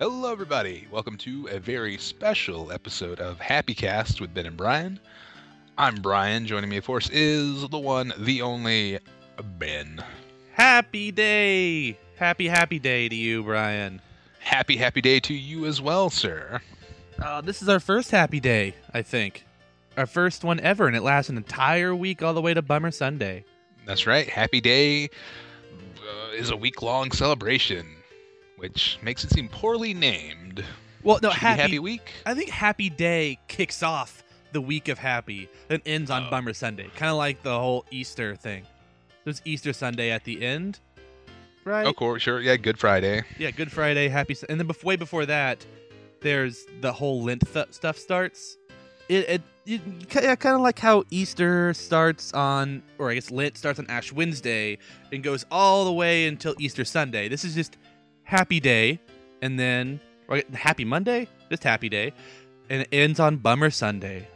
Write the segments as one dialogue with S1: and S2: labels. S1: Hello, everybody. Welcome to a very special episode of Happy Cast with Ben and Brian. I'm Brian. Joining me, of course, is the one, the only Ben.
S2: Happy day! Happy, happy day to you, Brian.
S1: Happy, happy day to you as well, sir.
S2: Uh, this is our first happy day, I think. Our first one ever, and it lasts an entire week all the way to Bummer Sunday.
S1: That's right. Happy Day uh, is a week long celebration, which makes it seem poorly named.
S2: Well, no,
S1: Should be
S2: happy,
S1: happy Week?
S2: I think Happy Day kicks off the week of Happy and ends on
S1: Oh.
S2: Bummer Sunday. Kind of like the whole Easter thing. There's Easter Sunday at the end, right?
S1: Of course, sure. Yeah, Good Friday.
S2: Yeah, Good Friday, Happy, Sun- and then bef- way before that, there's the whole Lent th- stuff starts. It, it, it kind of like how Easter starts on, or I guess Lent starts on Ash Wednesday and goes all the way until Easter Sunday. This is just Happy Day, and then or I- Happy Monday, just Happy Day, and it ends on Bummer Sunday.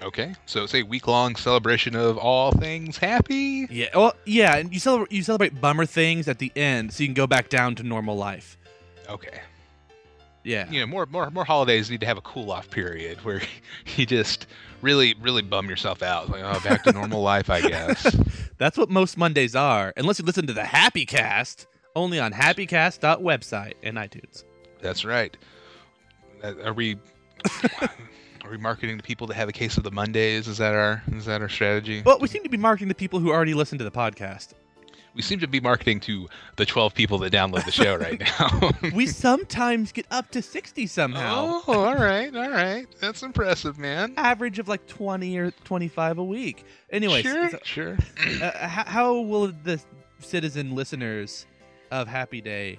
S1: Okay. So it's a week long celebration of all things happy.
S2: Yeah, well, yeah, and you celebrate you celebrate bummer things at the end, so you can go back down to normal life.
S1: Okay.
S2: Yeah,
S1: you know more more more holidays need to have a cool off period where you just really really bum yourself out like oh back to normal life i guess
S2: That's what most Mondays are, unless you listen to the Happy Cast only on happycast.website and iTunes.
S1: that's right Uh, are we are we marketing to people that have a case of the mondays is that our is that our strategy
S2: Well, we seem to be marketing to people who already listen to the podcast.
S1: we seem to be marketing to the 12 people that download the show right now
S2: We sometimes get up to 60 somehow.
S1: oh all right all right that's impressive man
S2: Average of like 20 or 25 a week. Anyway,
S1: sure sure
S2: uh, how, how will the citizen listeners of Happy Day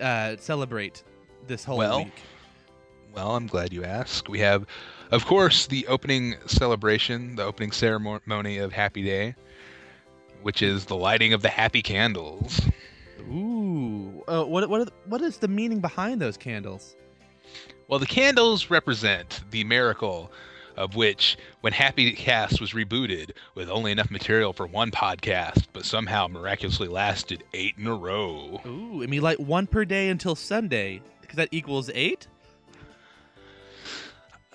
S2: uh, celebrate this whole
S1: Well,
S2: week?
S1: Well, I'm glad you asked. We have, of course, the opening celebration, the opening ceremony of Happy Day, which is the lighting of the happy candles.
S2: Ooh. Uh, what, what, are the, what is the meaning behind those candles?
S1: Well, the candles represent the miracle of which, when Happy Cast was rebooted with only enough material for one podcast, but somehow miraculously lasted eight in a row.
S2: Ooh, I mean, like one per day until Sunday, because that equals eight.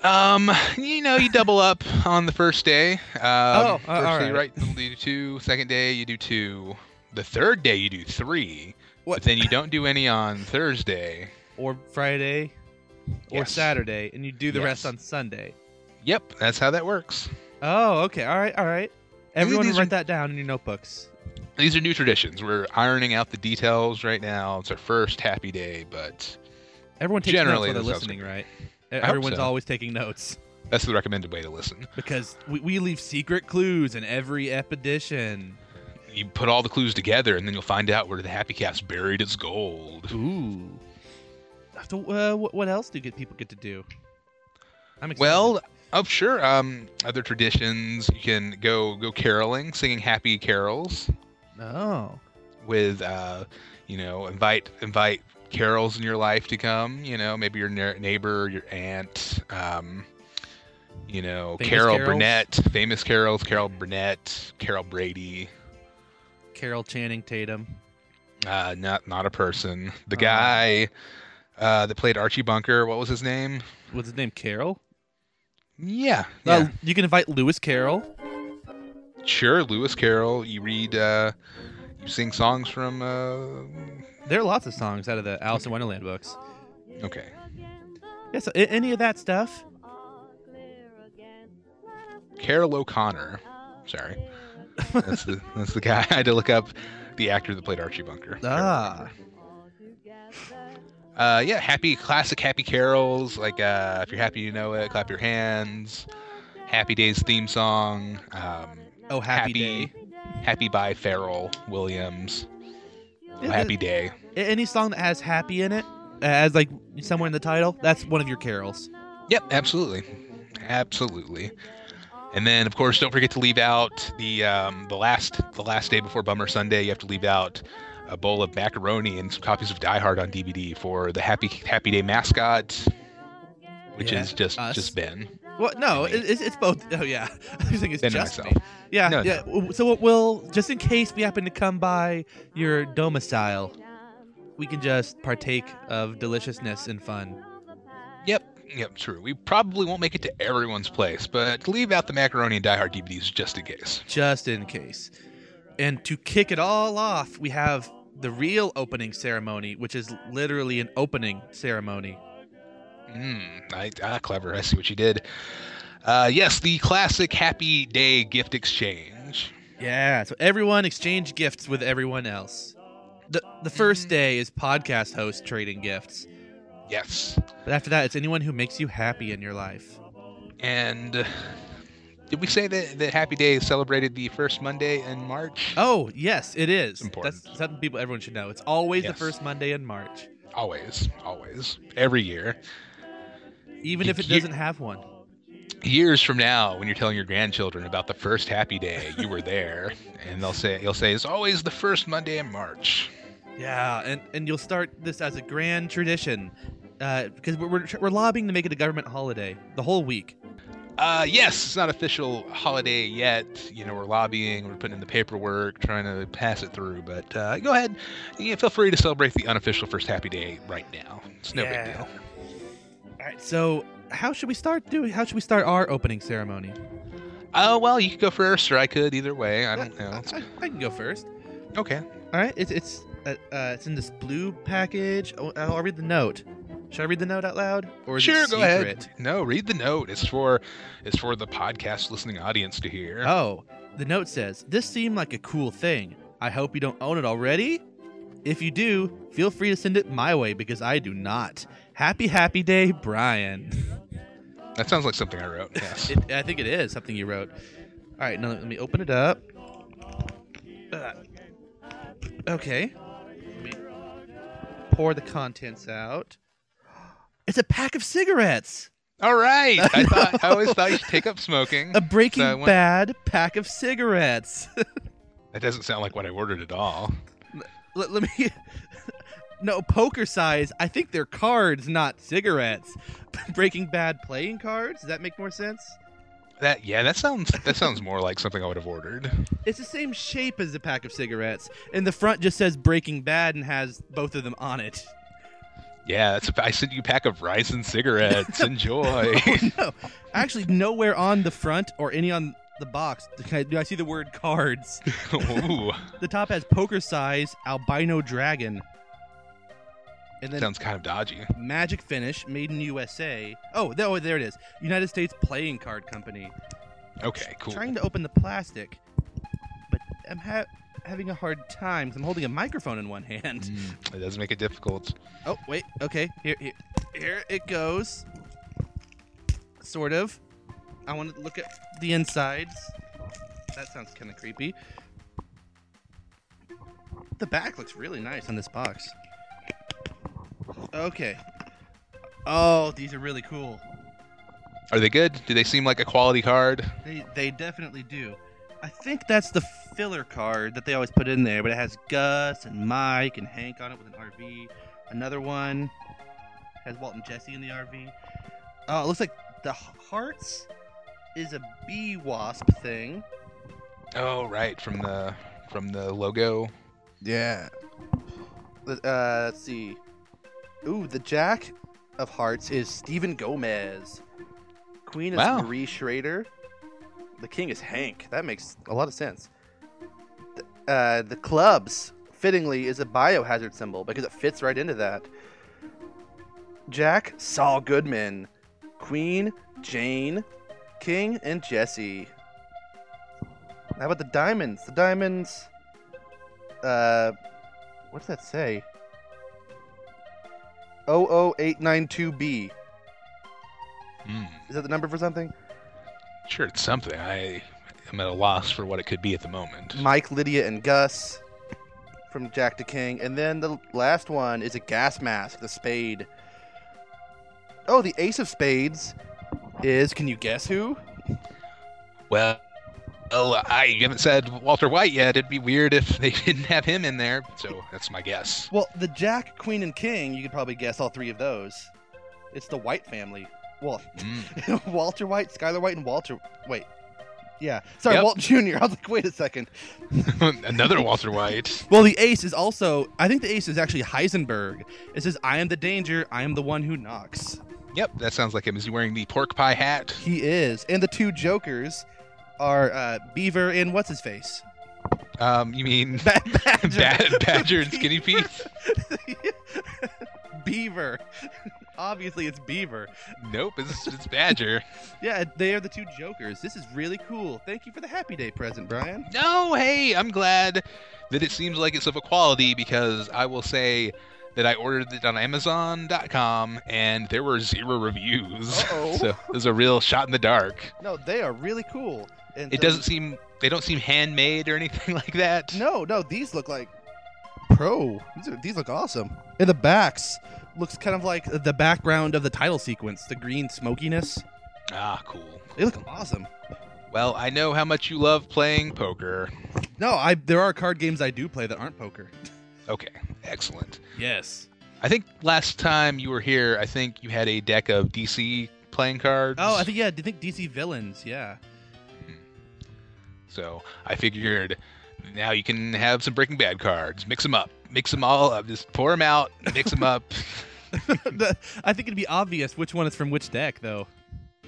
S1: Um, you know, you double up on the first day. Um,
S2: uh,
S1: first
S2: all
S1: day,
S2: right.
S1: right? You do two. Second day, you do two. The third day, you do three.
S2: What?
S1: But then you don't do any on Thursday.
S2: Or Friday, or
S1: Yes.
S2: Saturday, and you do the rest
S1: Yes.
S2: on Sunday.
S1: Yep, that's how that works.
S2: Oh, okay, all right, all right.
S1: think
S2: Everyone
S1: these are-
S2: write that down in your notebooks.
S1: These are new traditions. We're ironing out the details right now. It's our first happy day, but
S2: Everyone takes
S1: Generally,
S2: notes
S1: that
S2: while they're
S1: sounds
S2: listening,
S1: good.
S2: right? E,
S1: hope
S2: Everyone's
S1: so.
S2: always taking notes
S1: that's the recommended way to listen.
S2: because we, we leave secret clues in every epidicion.
S1: You put all the clues together, and then you'll find out where the happy cast buried its gold.
S2: Ooh. So, uh, what, what else do get people get to do? I'm excited.
S1: Well, oh sure. Um, other traditions. You can go go caroling, singing happy carols.
S2: oh,
S1: with uh, you know invite invite carols in your life to come you know maybe your ne- neighbor your aunt um, you know
S2: Famous
S1: carol
S2: carols?
S1: burnett famous carols carol burnett carol brady
S2: Carol Channing Tatum.
S1: uh, not not a person the
S2: Oh.
S1: guy uh, that played archie bunker what was his name
S2: What's his name? Carol.
S1: yeah,
S2: Uh,
S1: yeah.
S2: you can invite Lewis Carroll.
S1: sure lewis carroll you read uh, you sing songs from uh,
S2: There are lots of songs out of the Alice in Wonderland books.
S1: okay
S2: Yeah, so a- any of that stuff.
S1: Carol O'Connor. Sorry. That's the that's the guy. I had to look up the actor that played Archie Bunker. Carol
S2: Ah.
S1: O'Connor. Uh, yeah, happy classic happy carols like uh, if you're happy you know it, clap your hands. Happy Days theme song. Um,
S2: Oh, Happy, Day.
S1: Happy by Farrell Williams.
S2: Yeah,
S1: Oh, happy Day.
S2: a- Any song that has happy in it, uh, as like somewhere in the title, that's one of your carols.
S1: Yep, absolutely, absolutely. And then, of course, don't forget to leave out the um, the last the last day before Bummer Sunday. You have to leave out a bowl of macaroni and some copies of Die Hard on DVD for the Happy Happy Day mascot, which
S2: Yeah,
S1: is just
S2: us.
S1: just Ben.
S2: Well, no,
S1: Me.
S2: it, it's, it's both. Oh yeah, I was thinking it's
S1: Ben and
S2: just me.
S1: myself.
S2: Yeah,
S1: No,
S2: yeah. w- So what we'll just in case we happen to come by your domicile, we can just partake of deliciousness and fun.
S1: Yep, yep, true. We probably won't make it to everyone's place, but leave out the macaroni and Die Hard DVDs just in case.
S2: just in case. And to kick it all off, we have the real opening ceremony, which is literally an opening ceremony.
S1: Mm, I, ah, clever. I see what you did. Uh, yes, the classic Happy Day gift exchange.
S2: Yeah, so everyone exchange gifts with everyone else. The the first day is podcast host trading gifts.
S1: Yes.
S2: But after that, it's anyone who makes you happy in your life.
S1: And uh, did we say that, that Happy Day is celebrated the first Monday in March?
S2: Oh, yes, it is.
S1: Important.
S2: That's something people everyone should know. It's always
S1: Yes.
S2: the first Monday in March,
S1: Always, always, every year.
S2: even
S1: Ye-
S2: if it
S1: ye-
S2: doesn't have one.
S1: Years from now, when you're telling your grandchildren about the first Happy Day, you were there, and they'll say, you'll say, it's always the first Monday in March.
S2: Yeah, and, and you'll start this as a grand tradition uh, because we're, we're, we're lobbying to make it a government holiday the whole week.
S1: Uh, yes, it's not official holiday yet. You know, we're lobbying, we're putting in the paperwork, trying to pass it through. But uh, go ahead, yeah, feel free to celebrate the unofficial first happy day right now. It's no big
S2: Yeah.
S1: deal.
S2: All right, so how should we start doing? How should we start our opening ceremony?
S1: Oh well, you could go first, or I could. Either way, I don't know. It's-
S2: I, I can go first.
S1: okay.
S2: All right, it's it's uh, uh, it's in this blue package. Oh, I'll read the note. Should I read the note out loud? Or is it
S1: Sure, go ahead.
S2: secret?
S1: No, read the note. It's for it's for the podcast listening audience to hear.
S2: Oh, the note says, This seemed like a cool thing. I hope you don't own it already. If you do, feel free to send it my way because I do not. Happy, happy day, Brian.
S1: That sounds like something I wrote. Yes.
S2: It, I think it is something you wrote. All right, now let me open it up. Uh, okay. Let me pour the contents out. It's a pack of cigarettes.
S1: All right. I thought I always thought you should take up smoking.
S2: A Breaking
S1: So I want-
S2: Bad pack of cigarettes.
S1: That doesn't sound like what I ordered at all.
S2: let, let me no poker size i think they're cards not cigarettes breaking bad playing cards does that make more sense
S1: That yeah, that sounds that sounds more like something I would have ordered.
S2: it's the same shape as the pack of cigarettes and the front just says breaking bad and has both of them on it
S1: Yeah, that's I sent you a pack of rice and cigarettes. Enjoy.
S2: Oh, no actually nowhere on the front or any on the box do I- do i see the word cards
S1: Ooh,
S2: the top has poker size albino dragon and then
S1: sounds kind of dodgy.
S2: Magic Finish, made in USA. Oh, there, oh, there it is. United States Playing Card Company.
S1: Okay, cool.
S2: Trying to open the plastic, but I'm ha- having a hard time. 'cause I'm holding a microphone in one hand.
S1: Mm, it does make it difficult.
S2: Oh, wait. Okay. Here, here, here it goes. Sort of. I want to look at the insides. That sounds kind of creepy. The back looks really nice on this box. Okay. Oh, these are really cool.
S1: Are they good? Do they seem like a quality card?
S2: They they definitely do. I think that's the filler card that they always put in there, but it has Gus and Mike and Hank on it with an RV. Another one has Walt and Jesse in the RV. Oh, it looks like the hearts is a bee wasp thing.
S1: Oh, right, from the from the logo.
S2: Yeah. Uh, let's see. Ooh, the Jack of Hearts is Stephen Gomez. Queen is
S1: Wow.
S2: Marie Schrader. The King is Hank. That makes a lot of sense. Th- Uh, the clubs, fittingly, is a biohazard symbol because it fits right into that. Jack, Saul Goodman. Queen, Jane. King, and Jesse. How about the diamonds? The diamonds. Uh, what's that say? 00892B.
S1: Mm,
S2: Is that the number for something?
S1: sure, it's something. I am at a loss for what it could be at the moment.
S2: Mike, Lydia, and Gus from Jack to King. And then the last one is a gas mask, the spade. Oh, the ace of spades is, can you guess who?
S1: Well, well, I haven't said Walter White yet. It'd be weird if they didn't have him in there. So that's my guess.
S2: Well, the Jack, Queen, and King, you could probably guess all three of those. It's the White family. Well,
S1: Mm,
S2: Walter White, Skylar White, and Walter. Wait.
S3: Yeah. Sorry,
S1: Yep.
S3: Walt Jr. I was like, wait a second.
S1: Mm. Another Walter White.
S2: Well, the ace is also, I think the ace is actually Heisenberg. It says, I am the danger, I am the one who knocks.
S1: Yep, that sounds like him. Is he wearing the pork pie hat?
S3: He is. And the two Jokers are uh, Beaver and what's his face?
S1: Um, you mean
S3: Bad Badger.
S1: Bad Badger and Skinny Pete?
S3: Beaver. Obviously, it's Beaver.
S1: Nope, it's, it's Badger.
S3: Yeah, they are the two Jokers. This is really cool. Thank you for the Happy Day present, Brian.
S1: No, hey, I'm glad that it seems like it's of a quality because I will say that I ordered it on Amazon.com and there were zero reviews.
S3: Uh-oh.
S1: so it was a real shot in the dark.
S3: No, they are really cool. And
S1: It
S3: so-
S1: doesn't seem they don't seem handmade or anything like that.
S3: No, no, these look like pro. These are these look awesome. And the backs looks kind of like
S2: The background of the title sequence, the green smokiness.
S1: Ah, cool.
S3: they look awesome.
S1: Well, I know how much you love playing poker.
S2: No, I there are card games I do play that aren't poker.
S1: Okay, excellent.
S2: Yes.
S1: I think last time you were here, I think you had a deck of DC playing cards.
S2: Oh, I think yeah, I think DC villains, yeah.
S1: So I figured now you can have some Breaking Bad cards, mix them up, mix them all up, just pour them out, mix them up.
S2: The- I think it'd be obvious which one is from which deck though.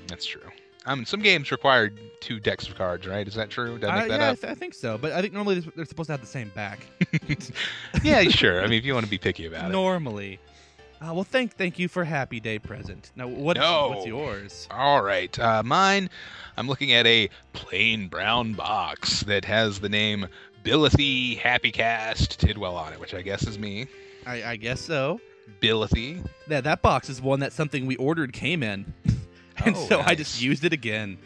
S1: That's true. Um, some games require two decks of cards, right? Is that true? Did I
S2: I-
S1: make that
S2: yeah, I,
S1: up?
S2: th- I think so, but I think normally they're supposed to have the same back.
S1: yeah, sure. I mean, if you want to be picky about it.
S2: normally. Uh, well, thank thank you for happy day present. Now, what
S1: No.
S2: what's yours?
S1: All right, uh, mine. I'm looking at a plain brown box that has the name Bilothy Happy Cast Tidwell on it, which I guess is me.
S2: I, I guess so.
S1: Bilothy.
S2: Yeah, that box is one that something we ordered came in, and
S1: Oh,
S2: so I just
S1: nice.
S2: used it again.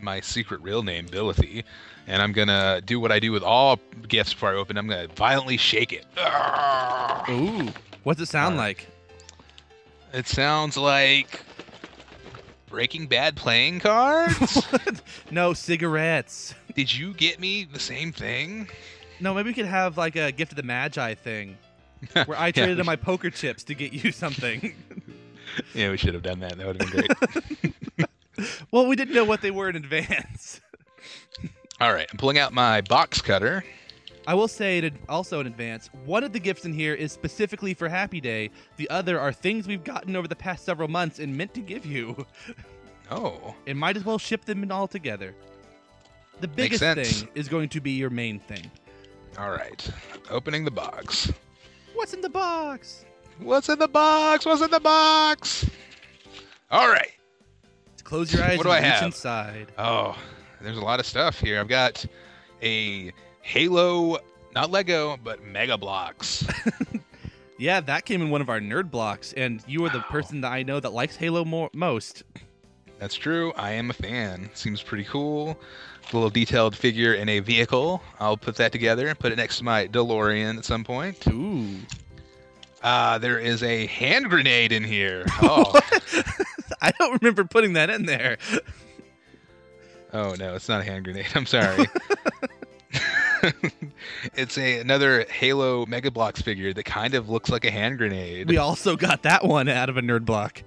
S1: my secret real name, Bilothy, and I'm gonna do what I do with all gifts before I open. I'm gonna violently shake it. Arrgh.
S2: Ooh, what's it sound
S1: Alright.
S2: like?
S1: It sounds like Breaking Bad playing cards.
S2: no cigarettes.
S1: Did you get me the same thing?
S2: No, maybe we could have like a gift of the magi thing, where I traded
S1: we
S2: in my poker chips to get you something.
S1: Yeah, we should have done that. That would have been great.
S2: well, we didn't know what they were in advance.
S1: all right, I'm pulling out my box cutter.
S2: I will say it ad- also in advance. One of the gifts in here is specifically for Happy Day. The other are things we've gotten over the past several months and meant to give you.
S1: Oh,
S2: And might as well ship them in all together. The biggest
S1: sense.
S2: thing is going to be your main thing.
S1: all right. Opening the box.
S2: What's in the box?
S1: What's in the box? What's in the box? All right.
S2: Close your eyes
S1: What do
S2: and
S1: I
S2: reach
S1: have?
S2: inside.
S1: Oh, there's a lot of stuff here. I've got a Halo, not Lego, but Mega Blocks.
S2: Yeah, that came in one of our nerd blocks, and you are the
S1: Wow.
S2: person that I know that likes Halo more most.
S1: That's true. I am a fan. Seems pretty cool. little detailed figure in a vehicle. I'll put that together and put it next to my DeLorean at some point.
S2: Ooh.
S1: Uh, there is a hand grenade in here. Oh,
S2: I don't remember putting that in there.
S1: oh no, it's not a hand grenade. I'm sorry. it's a another Halo Mega Blocks figure that kind of looks like a hand grenade.
S2: We also got that one out of a nerd block.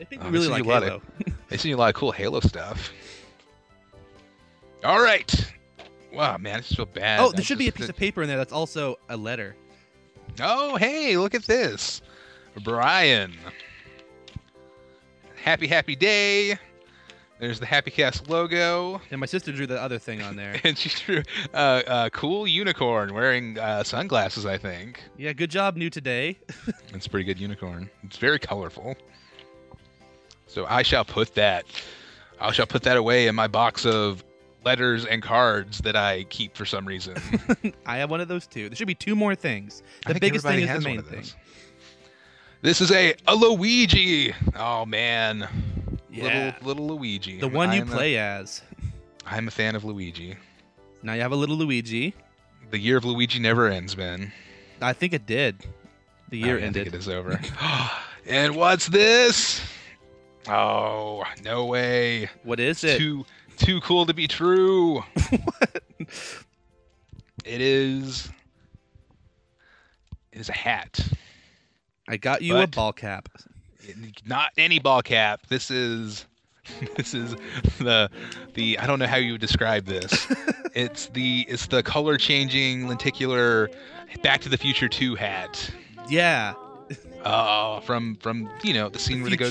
S2: I think we
S1: Oh,
S2: really
S1: this
S2: like
S1: is a lot of-
S2: Halo.
S1: They sent you a lot of cool Halo stuff. All right. Wow, man, I just feel bad.
S2: Oh,
S1: I
S2: there should be a
S1: just-
S2: piece of paper in there that's also a letter.
S1: Oh, hey, look at this, Brian. Happy, happy day. There's the Happy Cast logo,
S2: And my sister drew the other thing on there.
S1: and she drew uh, a cool unicorn wearing uh, sunglasses. I think
S2: yeah, good job, new today.
S1: it's a pretty good unicorn. It's very colorful. So I shall put that. I shall put that away in my box of letters and cards that I keep for some reason.
S2: I have one of those too. There should be two more things.
S1: I think
S2: The biggest
S1: everybody
S2: thing is the
S1: has one
S2: main
S1: of
S2: thing.
S1: those. This is a, a Luigi. Oh man,
S2: Yeah.
S1: little little Luigi.
S2: The one you
S1: I'm a-
S2: play as.
S1: I'm a fan of Luigi.
S2: Now you have a little Luigi.
S1: The year of Luigi never ends, Ben.
S2: I think it did. The
S1: I
S2: year
S1: mean, I
S2: ended.
S1: think it is over. and what's this? Oh no way!
S2: What is it?
S1: Too too cool to be true. It is. It is a hat.
S2: I got you a
S1: But-
S2: ball cap.
S1: Not any ball cap. This is this is the the I don't know how you would describe this. it's the it's the color changing lenticular Back to the Future 2 hat.
S2: Yeah,
S1: Uh, from from you know the scene where they go to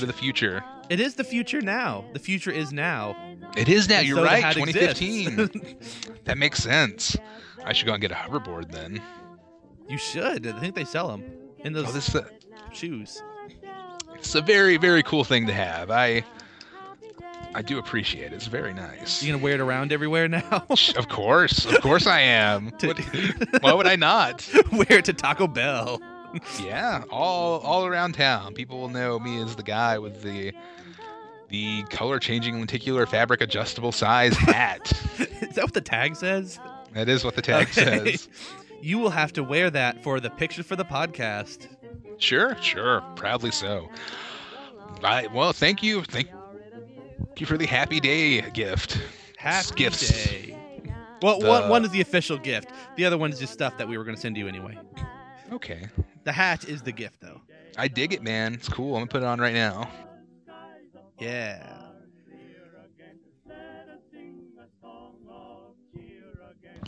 S1: the
S2: future.
S1: future.
S2: it is the future now. The future is now.
S1: It is now.
S2: And
S1: You're
S2: so the
S1: right.
S2: hat
S1: 2015.
S2: exists.
S1: that makes sense. I should go and get a hoverboard then.
S2: you should. I think they sell them in those
S1: Oh, this is a,
S2: shoes.
S1: it's a very very cool thing to have. I I do appreciate it. It's very nice.
S2: You gonna wear it around everywhere now?
S1: of course, of course I am.
S2: To-
S1: What- why would I not?
S2: wear it to Taco Bell.
S1: Yeah, all all around town, people will know me as the guy with the the color changing lenticular fabric adjustable size hat.
S2: is that what the tag says?
S1: that is what the tag
S2: Okay.
S1: says.
S2: You will have to wear that for the picture for the podcast.
S1: Sure, sure, proudly so. I, well, thank you, thank you for the happy day gift.
S2: Happy
S1: Gifts.
S2: day. Well,
S1: The-
S2: one, one is the official gift. The other one is just stuff that we were going to send you anyway.
S1: Okay,
S2: The hat is the gift, though.
S1: I dig it, man. It's cool. I'm gonna put it on right now.
S2: Yeah.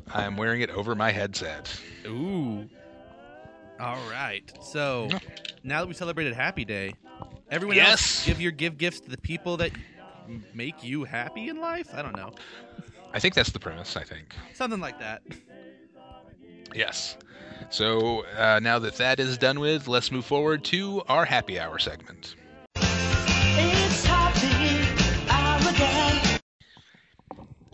S1: I'm wearing it over my headset.
S2: Ooh. All right. So now that we celebrated Happy Day, everyone
S1: Yes.
S2: else give your give gifts to the people that m- make you happy in life. I don't know,
S1: I think that's the premise. I think.
S2: something like that.
S1: Yes. So uh, now that that is done with, let's move forward to our happy hour segment.
S4: It's happy hour again.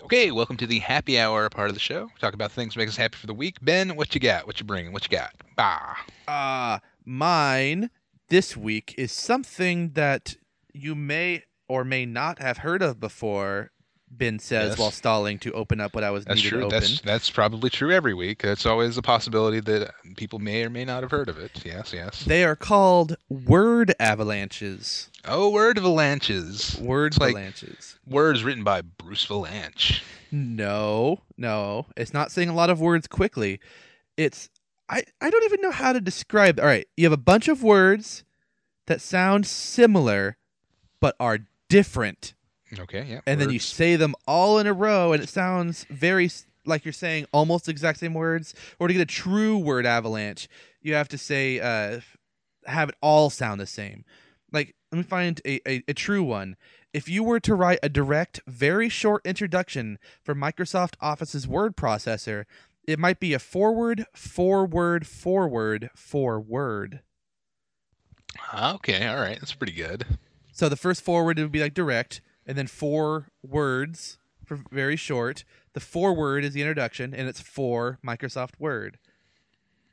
S1: Okay, welcome to the happy hour part of the show. We talk about things that make us happy for the week. Ben, what you got? What you bringing? What you got? Bah.
S2: Uh, mine this week is something that you may or may not have heard of before. Ben says
S1: Yes.
S2: while stalling to open up what I was
S1: That's
S2: needed to
S1: true.
S2: open.
S1: That's that's probably true every week. It's always a possibility that people may or may not have heard of it. Yes, yes.
S2: They are called word avalanches.
S1: Oh, word avalanches.
S2: Word
S1: It's like-
S2: avalanches.
S1: Words written by Bruce Valanche.
S2: No, no, it's not saying a lot of words quickly. It's I I don't even know how to describe. All right, you have a bunch of words that sound similar but are different,
S1: Okay, yeah.
S2: and then you
S1: words.
S2: say them all in a row, and it sounds very s- like you're saying almost the exact same words. Or to get a true word avalanche, you have to say uh, f- have it all sound the same. Like let me find a, a, a true one. If you were to write a direct, very short introduction for Microsoft Office's word processor, it might be a forward, forward, forward, forward.
S1: Ah, okay, all right. That's pretty good.
S2: So the first forward would be like direct, and then four words for very short. The forward is the introduction, and it's for Microsoft Word.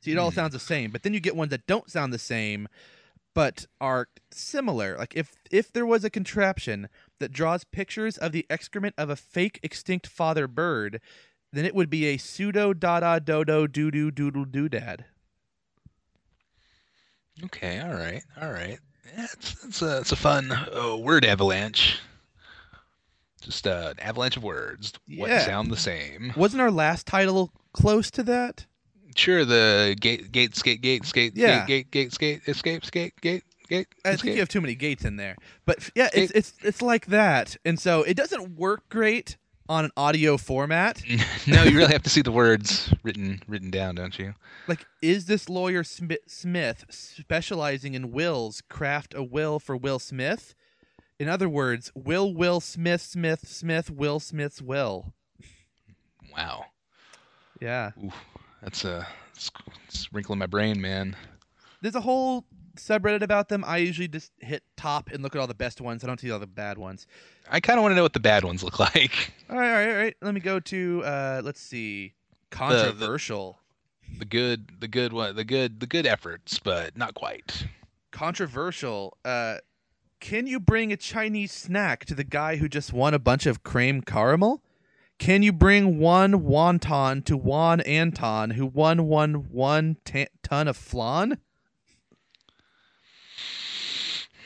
S2: See, it all
S1: Hmm.
S2: sounds the same, but then you get ones that don't sound the same, but are similar. Like if if there was a contraption that draws pictures of the excrement of a fake extinct father bird, then it would be a pseudo dada dodo doodoo doodle doodad.
S1: Okay, all right, all right. Yeah, it's, it's, a, it's a fun uh, word avalanche. Just uh, an avalanche of words. What
S2: Yeah.
S1: sound the same?
S2: Wasn't our last title close to that?
S1: Sure, the gate, gate, skate, gate, skate,
S2: Yeah.
S1: gate, gate, gate, skate, escape, skate, gate, gate.
S2: I
S1: escape.
S2: think you have too many gates in there. But f- yeah, it's it's it's like that. And so it doesn't work great on an audio format.
S1: no, you really have to see the words written written down, don't you?
S2: Like is this lawyer Smith, Smith specializing in wills craft a will for Will Smith? In other words, will Will Smith Smith Smith Will Smith's will.
S1: Wow,
S2: Yeah.
S1: Ooh, that's a it's, it's wrinkling my brain, man.
S2: There's a whole subreddit about them. I usually just hit top and look at all the best ones. I don't see all the bad ones.
S1: I kind of want to know what the bad ones look like.
S2: All right, all right, all right. Let me go to uh let's see. Controversial.
S1: The good, the good one, the good, the good efforts, but not quite.
S2: controversial. Uh, can you bring a Chinese snack to the guy who just won a bunch of cream caramel? Can you bring one wonton to Juan Anton who won one one ta- ton of flan?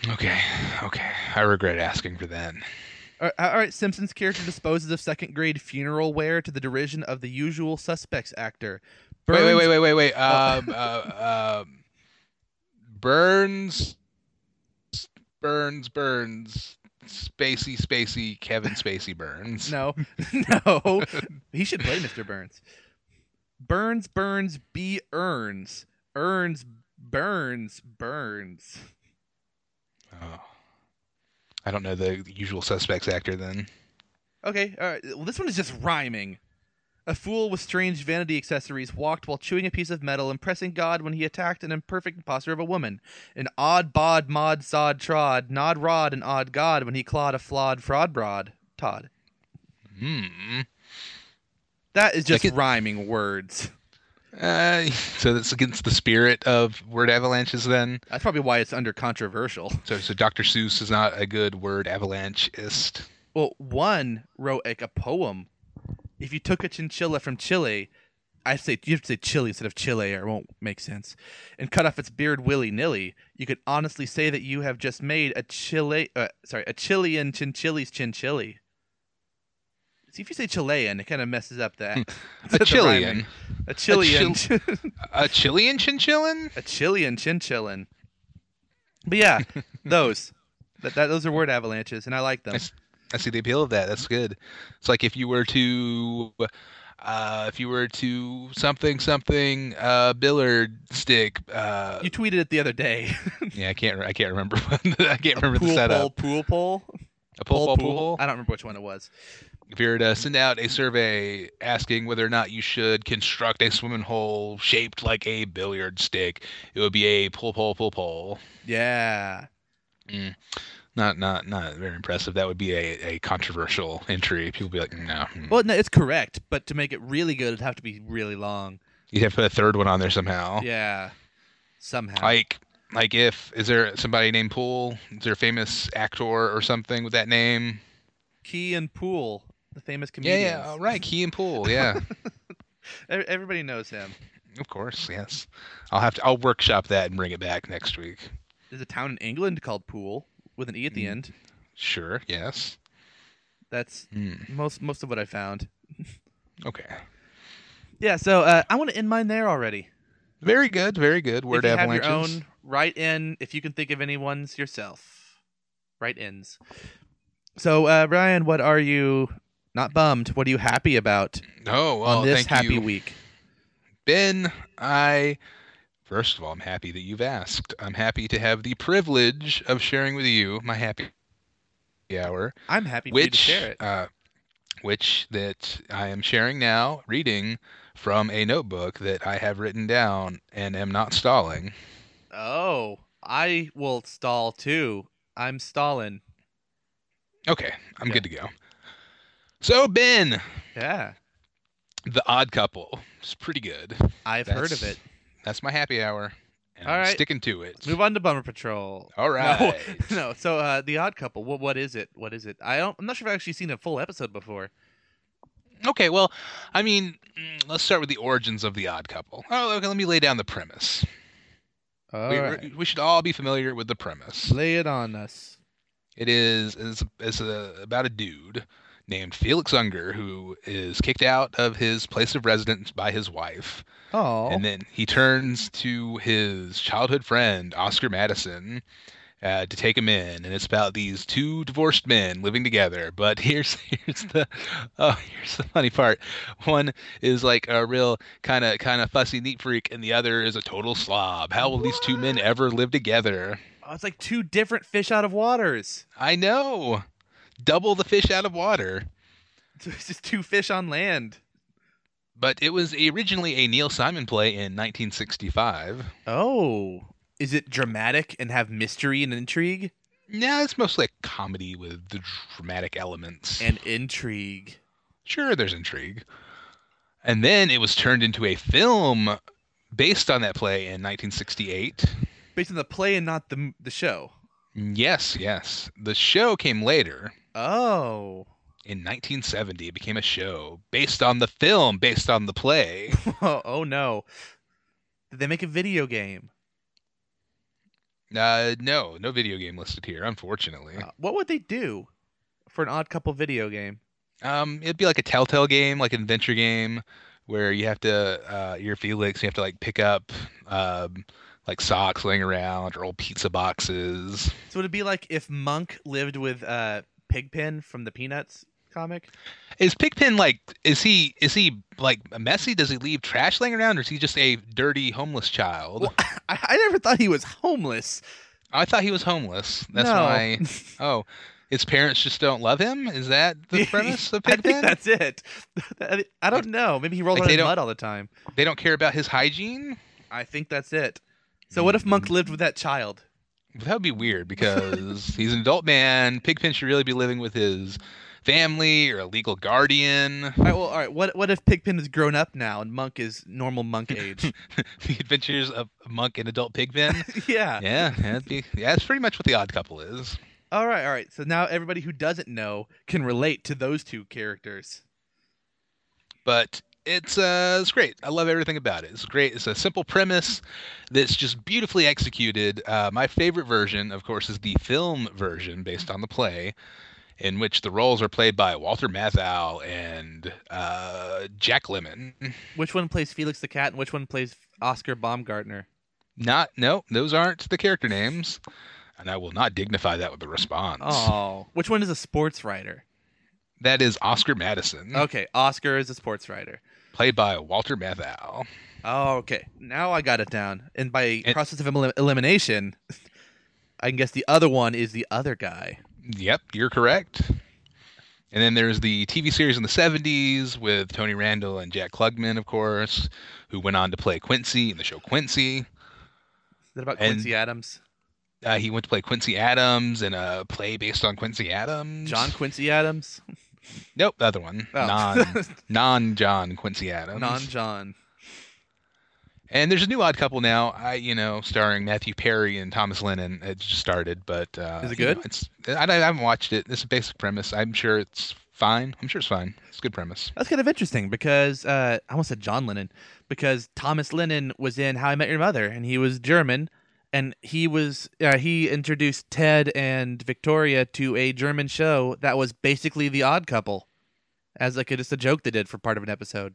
S1: Okay, okay. I regret asking for that.
S2: All right, all right, Simpsons character disposes of second grade funeral wear to the derision of the usual suspects actor.
S1: Wait, wait,
S2: Burns-
S1: wait, wait, wait, wait. Um, uh, uh, Burns, Burns, Burns, spacey, spacey Kevin Spacey Burns.
S2: No, no. he should play Mr. Burns. Burns, Burns, B earns. Earns, Burns, Burns.
S1: Oh. I don't know the usual suspects actor then.
S2: Okay, all right. Well, this one is just rhyming. A fool with strange vanity accessories walked while chewing a piece of metal, impressing God when he attacked an imperfect imposture of a woman. An odd bod mod sod trod, nod rod an odd god when he clawed a flawed fraud broad. Todd.
S1: Hmm.
S2: That is just
S1: Like it-
S2: rhyming words.
S1: Uh, so that's against the spirit of word avalanches then.
S2: That's probably why it's under controversial.
S1: So, so Dr. Seuss is not a good word avalancheist.
S2: Well, one wrote like a poem. If you took a chinchilla from Chile, I say you have to say Chile instead of Chile, or it won't make sense, and cut off its beard willy nilly, you could honestly say that you have just made a Chile, uh, sorry, a Chilean chinchilli's chinchilli. See if you say Chilean, it kind of messes up that the
S1: Hmm. A Chilean.
S2: rhyming. a Chilean,
S1: A Chilean chinchillin?
S2: a Chilean chinchillin. But yeah, those, that, that those are word avalanches, and I like them.
S1: That's- I see the appeal of that. That's good. It's like if you were to, uh, if you were to something something uh, Billard stick. Uh,
S2: You tweeted it the other day.
S1: yeah, I can't. re- I can't remember. I can't remember the
S2: pool
S1: setup.
S2: poll, pool poll,
S1: A pull, pull, pull, pull.
S2: I don't remember which one it was.
S1: If you were to send out a survey asking whether or not you should construct a swimming hole shaped like a billiard stick, it would be a pull, pull, pull, pull.
S2: Yeah,
S1: Not, not, not very impressive. That would be a, a controversial entry. People would be like, no. hmm.
S2: well, no, it's correct, but to make it really good, it'd have to be really long.
S1: You'd have to put a third one on there somehow.
S2: Yeah, somehow.
S1: Like, like if is there somebody named Poole? Is there a famous actor or something with that name?
S2: Key and Pool, the famous
S1: Yeah,
S2: comedian.
S1: yeah, oh, right. Key and Poole. Yeah,
S2: Everybody knows him.
S1: of course. Yes, I'll have to. I'll workshop that and bring it back next week.
S2: There's a town in England called Pool with an e at the
S1: Mm.
S2: end.
S1: Sure. Yes.
S2: That's
S1: Hmm.
S2: most most of what I found.
S1: Okay.
S2: Yeah, so uh, I want to end mine there already.
S1: Very good, very good. Word
S2: if you
S1: avalanches.
S2: have your own, write in if you can think of any ones yourself. Write ins. So, uh, Ryan, what are you not bummed? What are you happy about
S1: Oh, well,
S2: on this
S1: thank
S2: happy
S1: you.
S2: week?
S1: Ben, I first of all, I'm happy that you've asked. I'm happy to have the privilege of sharing with you my happy hour,
S2: I'm happy for you to
S1: which
S2: share it.
S1: uh which that I am sharing now, reading from a notebook that I have written down and am not stalling.
S2: oh, I will stall too. I'm stalling.
S1: Okay, I'm
S2: Okay.
S1: good to go. So, Ben,
S2: Yeah,
S1: The Odd Couple. It's pretty good.
S2: I've heard of
S1: That's-
S2: it.
S1: That's my happy hour. And
S2: All
S1: I'm
S2: right.
S1: sticking to it.
S2: Move on to Bummer Patrol.
S1: All right.
S2: No, no. So, uh, the Odd Couple. What? What is it? What is it? I don't. I'm not sure if I've actually seen a full episode before.
S1: Okay, well, I mean, mm, let's start with the origins of the Odd Couple. Oh, okay, let me lay down the premise.
S2: All
S1: We,
S2: right.
S1: we should all be familiar with the premise.
S2: lay it on us.
S1: It is it's, it's a, about a dude named Felix Unger who is kicked out of his place of residence by his wife,
S2: Oh,
S1: and then he turns to his childhood friend Oscar Madison. Uh, to take him in, and it's about these two divorced men living together. But here's here's the oh here's the funny part. One is like a real kind of kind of fussy neat freak, and the other is a total slob. How will these two men ever live together?
S2: Oh, it's like two different fish out of waters.
S1: I know, double the fish out of water.
S2: It's just two fish on land.
S1: But it was originally a Neil Simon play in 1965.
S2: Oh, is it dramatic and have mystery and intrigue
S1: No, it's mostly a comedy with the dramatic elements.
S2: and intrigue?
S1: sure, there's intrigue. And then it was turned into a film based on that play in 1968.
S2: Based on the play and not the the show.
S1: Yes, yes. The show came later.
S2: Oh,
S1: In 1970, it became a show based on the film, based on the play.
S2: oh, oh no! Did they make a video game?
S1: Uh, no, no video game listed here, unfortunately.
S2: Uh, what would they do for an Odd Couple video game?
S1: Um, it'd be like a Telltale game, like an adventure game, where you have to, uh, you're Felix, you have to like pick up, um, like socks laying around or old pizza boxes.
S2: So it'd be like if Monk lived with uh, Pigpen from the Peanuts comic.
S1: Is Pigpen like is he is he like messy? Does he leave trash laying around or is he just a dirty homeless child?
S2: Well, I, I never thought he was homeless.
S1: I thought he was homeless. That's
S2: No.
S1: why Oh. His parents just don't love him? Is that the premise of
S2: I think
S1: Pigpen?
S2: that's it. I- I don't know. Maybe he rolled
S1: Like,
S2: around
S1: they
S2: in
S1: don't-
S2: mud all the time.
S1: They don't care about his hygiene?
S2: I think that's it. So what if Monk
S1: Mm.
S2: lived with that child?
S1: That would be weird because he's an adult man. Pigpen should really be living with his family or a legal guardian.
S2: All right. Well, all right. What what if Pigpen is grown up now and Monk is normal monk age?
S1: the adventures of Monk and Adult Pigpen.
S2: yeah.
S1: yeah, that'd be, yeah, that's pretty much what the odd couple is.
S2: All right. All right. So now everybody who doesn't know can relate to those two characters.
S1: But it's uh, it's great. I love everything about it. It's great. It's a simple premise that's just beautifully executed. Uh, my favorite version, of course, is the film version based on the play. In which the roles are played by Walter Matthau and uh, Jack Lemon.
S2: Which one plays Felix the Cat and which one plays Oscar Baumgartner?
S1: Not no, those aren't the character names, and I will not dignify that with a response.
S2: Oh. Which one is a sports writer?
S1: That is Oscar Madison,
S2: Okay. Oscar is a sports writer.
S1: played by Walter Matthau.
S2: Oh, okay. Now I got it down. And by
S1: And-
S2: process of elim- elimination, I can guess the other one is the other guy.
S1: Yep, you're correct. And then there's the TV series in the 70s with Tony Randall and Jack Klugman, of course, who went on to play Quincy in the show Quincy.
S2: Is that about
S1: And-
S2: Quincy Adams?
S1: Uh, he went to play Quincy Adams in a play based on Quincy Adams.
S2: John Quincy Adams?
S1: Nope, the other one.
S2: Oh.
S1: Non non John Quincy Adams.
S2: Non John.
S1: And there's a new Odd Couple now. I, you know, starring Matthew Perry and Thomas Lennon. It just started, but uh,
S2: Is it
S1: you know,
S2: good?
S1: it's I, I haven't watched it. It's a basic premise. I'm sure it's fine. I'm sure it's fine. It's a good premise.
S2: That's kind of interesting because uh, I almost said John Lennon because Thomas Lennon was in How I Met Your Mother and he was German and he was uh, he introduced Ted and Victoria to a German show that was basically The Odd Couple as like a, just a joke they did for part of an episode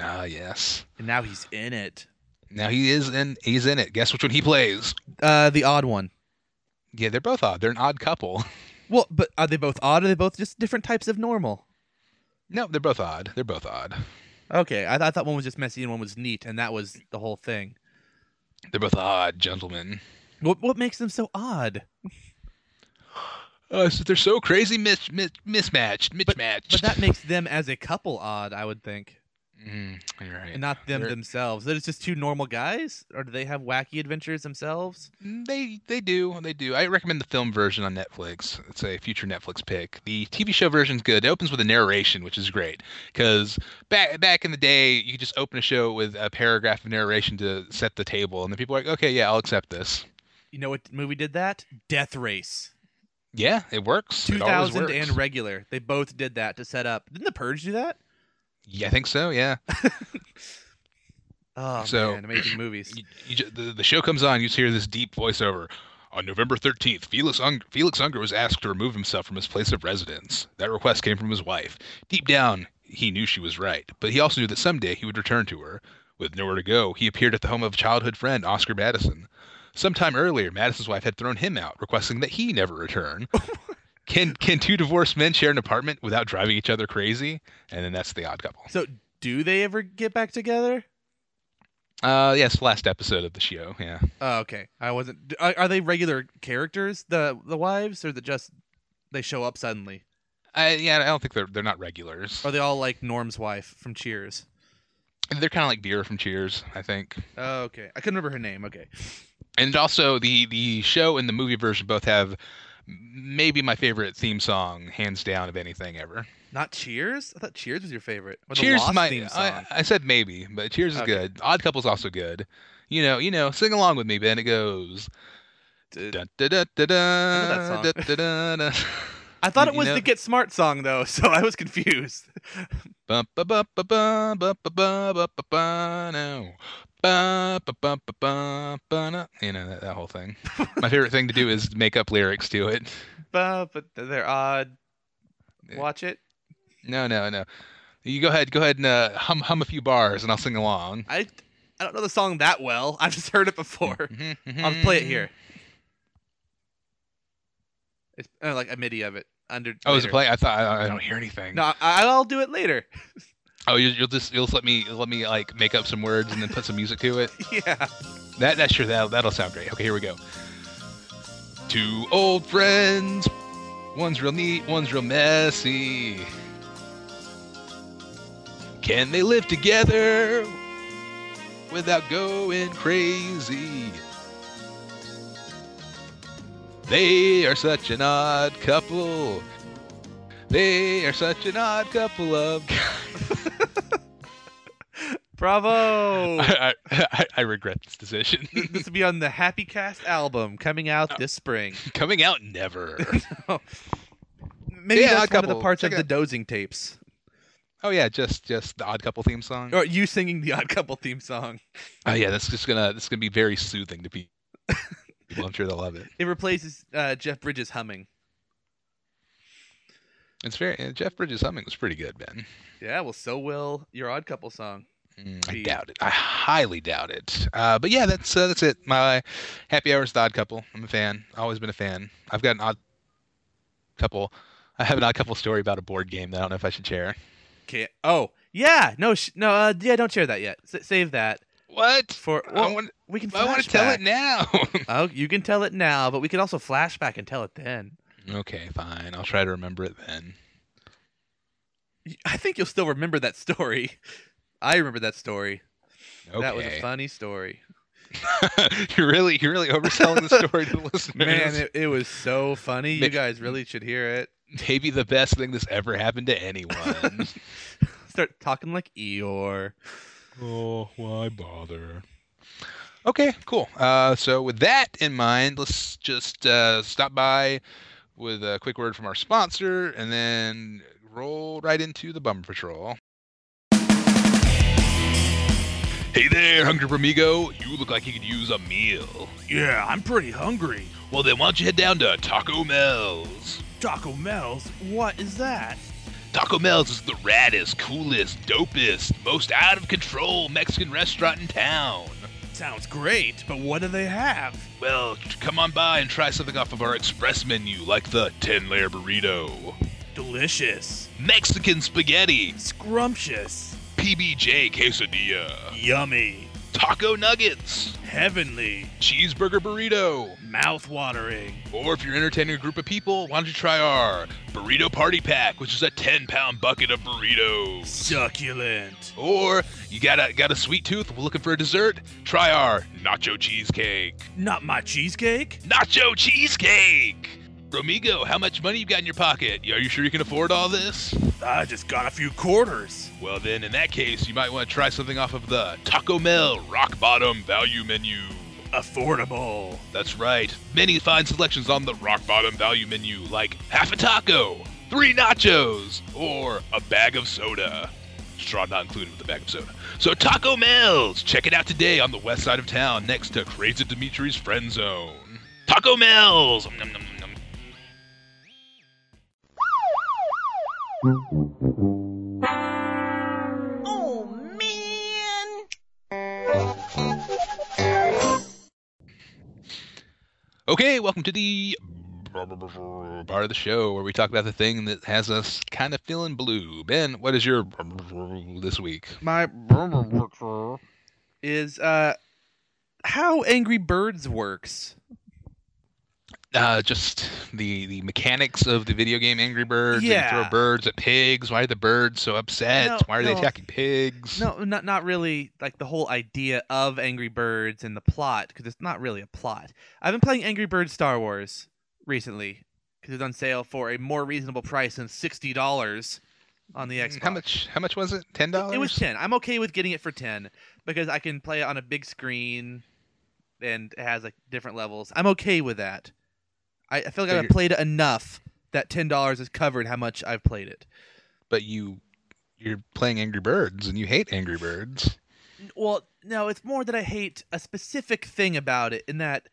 S1: Ah, yes.
S2: and now he's in it.
S1: Now he is in. He's in it. Guess which one he plays?
S2: Uh, the odd one.
S1: Yeah, they're both odd. They're an odd couple.
S2: Well, but are they both odd? Or are they both just different types of normal?
S1: no, they're both odd. They're both odd.
S2: Okay, I, th- I thought one was just messy and one was neat, and that was the whole thing.
S1: They're both odd gentlemen.
S2: What what makes them so odd?
S1: Uh, so they're so crazy mis- mis- mismatched, mismatched.
S2: But that makes them as a couple odd, I would think,
S1: Mm, you're right.
S2: and not them
S1: They're-
S2: themselves. That it's just two normal guys, or do they have wacky adventures themselves?
S1: Mm, They they do they do. I recommend the film version on Netflix. It's a future Netflix pick. The TV show version's good. It opens with a narration, which is great because back back in the day, you could just open a show with a paragraph of narration to set the table, and the people are like, okay, yeah, I'll accept this.
S2: You know what movie did that? Death Race,
S1: Yeah, it works.
S2: two
S1: It always
S2: thousand and
S1: works.
S2: regular. They both did that to set up. Didn't the Purge do that?
S1: yeah, I think so. Yeah,
S2: Oh
S1: So-
S2: man, amazing movies.
S1: you, you ju- the, the show comes on, you just hear this deep voiceover. On November 13th, Felix, Ung- Felix Unger was asked to remove himself from his place of residence. That request came from his wife. Deep down, he knew she was right, but he also knew that someday he would return to her. With nowhere to go, he appeared at the home of childhood friend Oscar Madison. Sometime earlier, Madison's wife had thrown him out, requesting that he never return. can can two divorced men share an apartment without driving each other crazy? And then that's the odd couple.
S2: So, do they ever get back together?
S1: Uh, yes, last episode of the show. Yeah.
S2: Oh, okay. I wasn't. d- Are, are they regular characters, the the wives, or the just they show up suddenly?
S1: I, yeah, I don't think they're they're not regulars.
S2: Are they all like Norm's wife from Cheers?
S1: They're kind of like beer from Cheers, I think.
S2: Oh, okay, I couldn't remember her name. Okay,
S1: And also the the show and the movie version both have maybe my favorite theme song, hands down, of anything ever.
S2: not Cheers. I thought Cheers was your favorite. Or the
S1: Cheers, uh,
S2: Lost
S1: is my
S2: theme song.
S1: I, I said maybe, but Cheers is
S2: Okay.
S1: good. Odd Couple's also good. You know, you know, sing along with me, Ben. It goes.
S2: D-
S1: Dun, dun, dun, dun,
S2: know
S1: dun,
S2: that
S1: dun, dun, dun.
S2: I thought it
S1: you
S2: was
S1: know-
S2: the Get Smart song though, so I was confused.
S1: Bum, ba, ba, ba, ba, ba, ba, ba, ba, ba, ba, no. Ba, ba, ba, ba, ba, ba, na. You know, that, that whole thing. My favorite thing to do is make up lyrics to it.
S2: but, but they're odd.
S1: Yeah.
S2: Watch it.
S1: No, no, no. You go ahead, go ahead and uh, hum hum a few bars, and I'll sing along.
S2: I I don't know the song that well. I've just heard it before.
S1: Mm-hmm,
S2: I'll play it here. It's uh, like a MIDI of it. Under
S1: Oh, is it
S2: later.
S1: play? I thought I, I don't hear anything.
S2: No, I, I'll do it later.
S1: Oh, you, you'll just you'll just let me let me like make up some words and then put some music to it.
S2: yeah.
S1: That that sure that that'll sound great. Okay, here we go. Two old friends. One's real neat, one's real messy. Can they live together without going crazy? They are such an odd couple. They are such an odd couple of
S2: Bravo.
S1: I, I, I- I regret this decision.
S2: Th- this will be on the Happy Cast album coming out this spring.
S1: Coming out never.
S2: Maybe
S1: Yeah,
S2: that's
S1: Odd
S2: one of the
S1: Couple.
S2: parts
S1: Check
S2: of
S1: it
S2: the
S1: out.
S2: dozing tapes,
S1: Oh yeah, just just the Odd Couple theme song.
S2: or you singing the Odd Couple theme song.
S1: Oh yeah, that's just gonna that's gonna be very soothing to pe- people. I'm sure they'll love it.
S2: It replaces uh, Jeff Bridges humming.
S1: It's very uh, Jeff Bridges humming was pretty good, Ben.
S2: Yeah, well, so will your Odd Couple song.
S1: Mm, I
S2: Indeed.
S1: doubt it. I highly doubt it. Uh, but yeah, that's uh, that's it. My happy hours with Odd Couple. I'm a fan. Always been a fan. I've got an Odd Couple. I have an Odd Couple story about a board game that I don't know if I should share.
S2: Can't. Oh, yeah. No, sh- no. Uh, yeah, don't share that yet. S- save that
S1: What?
S2: for.
S1: I
S2: well,
S1: want
S2: we can.
S1: I want to tell
S2: flashback.
S1: it now.
S2: Oh, you can tell it now, but we can also flashback and tell it then.
S1: okay, fine. I'll try to remember it then.
S2: Y- I think you'll still remember that story. I remember that story.
S1: Okay.
S2: That was a funny story.
S1: you're really you're really overselling the story to the listeners.
S2: Man, it, it was so funny. You
S1: Maybe-
S2: guys really should hear it.
S1: maybe the best thing that's ever happened to anyone.
S2: Start talking like Eeyore.
S1: oh, why bother? Okay, cool. Uh, so with that in mind, let's just uh, stop by with a quick word from our sponsor, and then roll right into the Bummer Patrol. Hey there, Hungry Bramigo. You look like you could use a meal.
S5: Yeah, I'm pretty hungry.
S1: Well, then why don't you head down to Taco Mel's?
S5: Taco Mel's, what is that?
S1: Taco Mel's is the raddest, coolest, dopest, most out of control Mexican restaurant in town.
S5: Sounds great, but what do they have?
S1: Well, t- come on by and try something off of our express menu, like the 10 layer burrito,
S5: Delicious,
S1: Mexican spaghetti,
S5: scrumptious,
S1: PBJ quesadilla,
S5: yummy,
S1: taco nuggets,
S5: heavenly,
S1: cheeseburger burrito.
S5: mouth-watering.
S1: Or if you're entertaining a group of people, why don't you try our burrito party pack, which is a 10 pound bucket of burritos.
S5: succulent.
S1: Or you got a got a sweet tooth looking for a dessert? Try our nacho cheesecake.
S5: Not my cheesecake?
S1: Nacho cheesecake. Romigo, how much money you got in your pocket? Are you sure you can afford all this?
S5: I just got a few quarters.
S1: Well then, in that case, you might want to try something off of the Taco Mel Rock Bottom Value Menu.
S5: Affordable.
S1: That's right. Many fine selections on the Rock Bottom Value Menu, like half a taco, three nachos, or a bag of soda. Straw not included with the bag of soda. So Taco Mel's, check it out today on the west side of town, next to Crazy Dimitri's Friend Zone. Taco Mel's. Nom, nom, nom, nom.
S4: Oh man!
S1: Okay, welcome to the part of the show where we talk about the thing that has us kind of feeling blue. Ben, what is your this week?
S2: My is uh, how Angry Birds works.
S1: Uh, just the the mechanics of the video game Angry Birds. and You
S5: Yeah.
S1: throw birds at pigs. Why are the birds so upset?
S2: No,
S1: Why are they
S2: no.
S1: attacking pigs?
S2: No, not not really like the whole idea of Angry Birds and the plot because it's not really a plot. I've been playing Angry Birds Star Wars recently because it's on sale for a more reasonable price than sixty dollars on the Xbox.
S1: Hmm, How much? How much was it? Ten dollars.
S2: It was ten. I'm okay with getting it for ten because I can play it on a big screen, and it has like different levels. I'm okay with that. I, I feel like
S1: So
S2: I've
S1: you're-
S2: played it enough that ten dollars has covered how much I've played it.
S1: But you you're playing Angry Birds and you hate Angry Birds.
S2: N- Well, no, it's more that I hate a specific thing about it in that.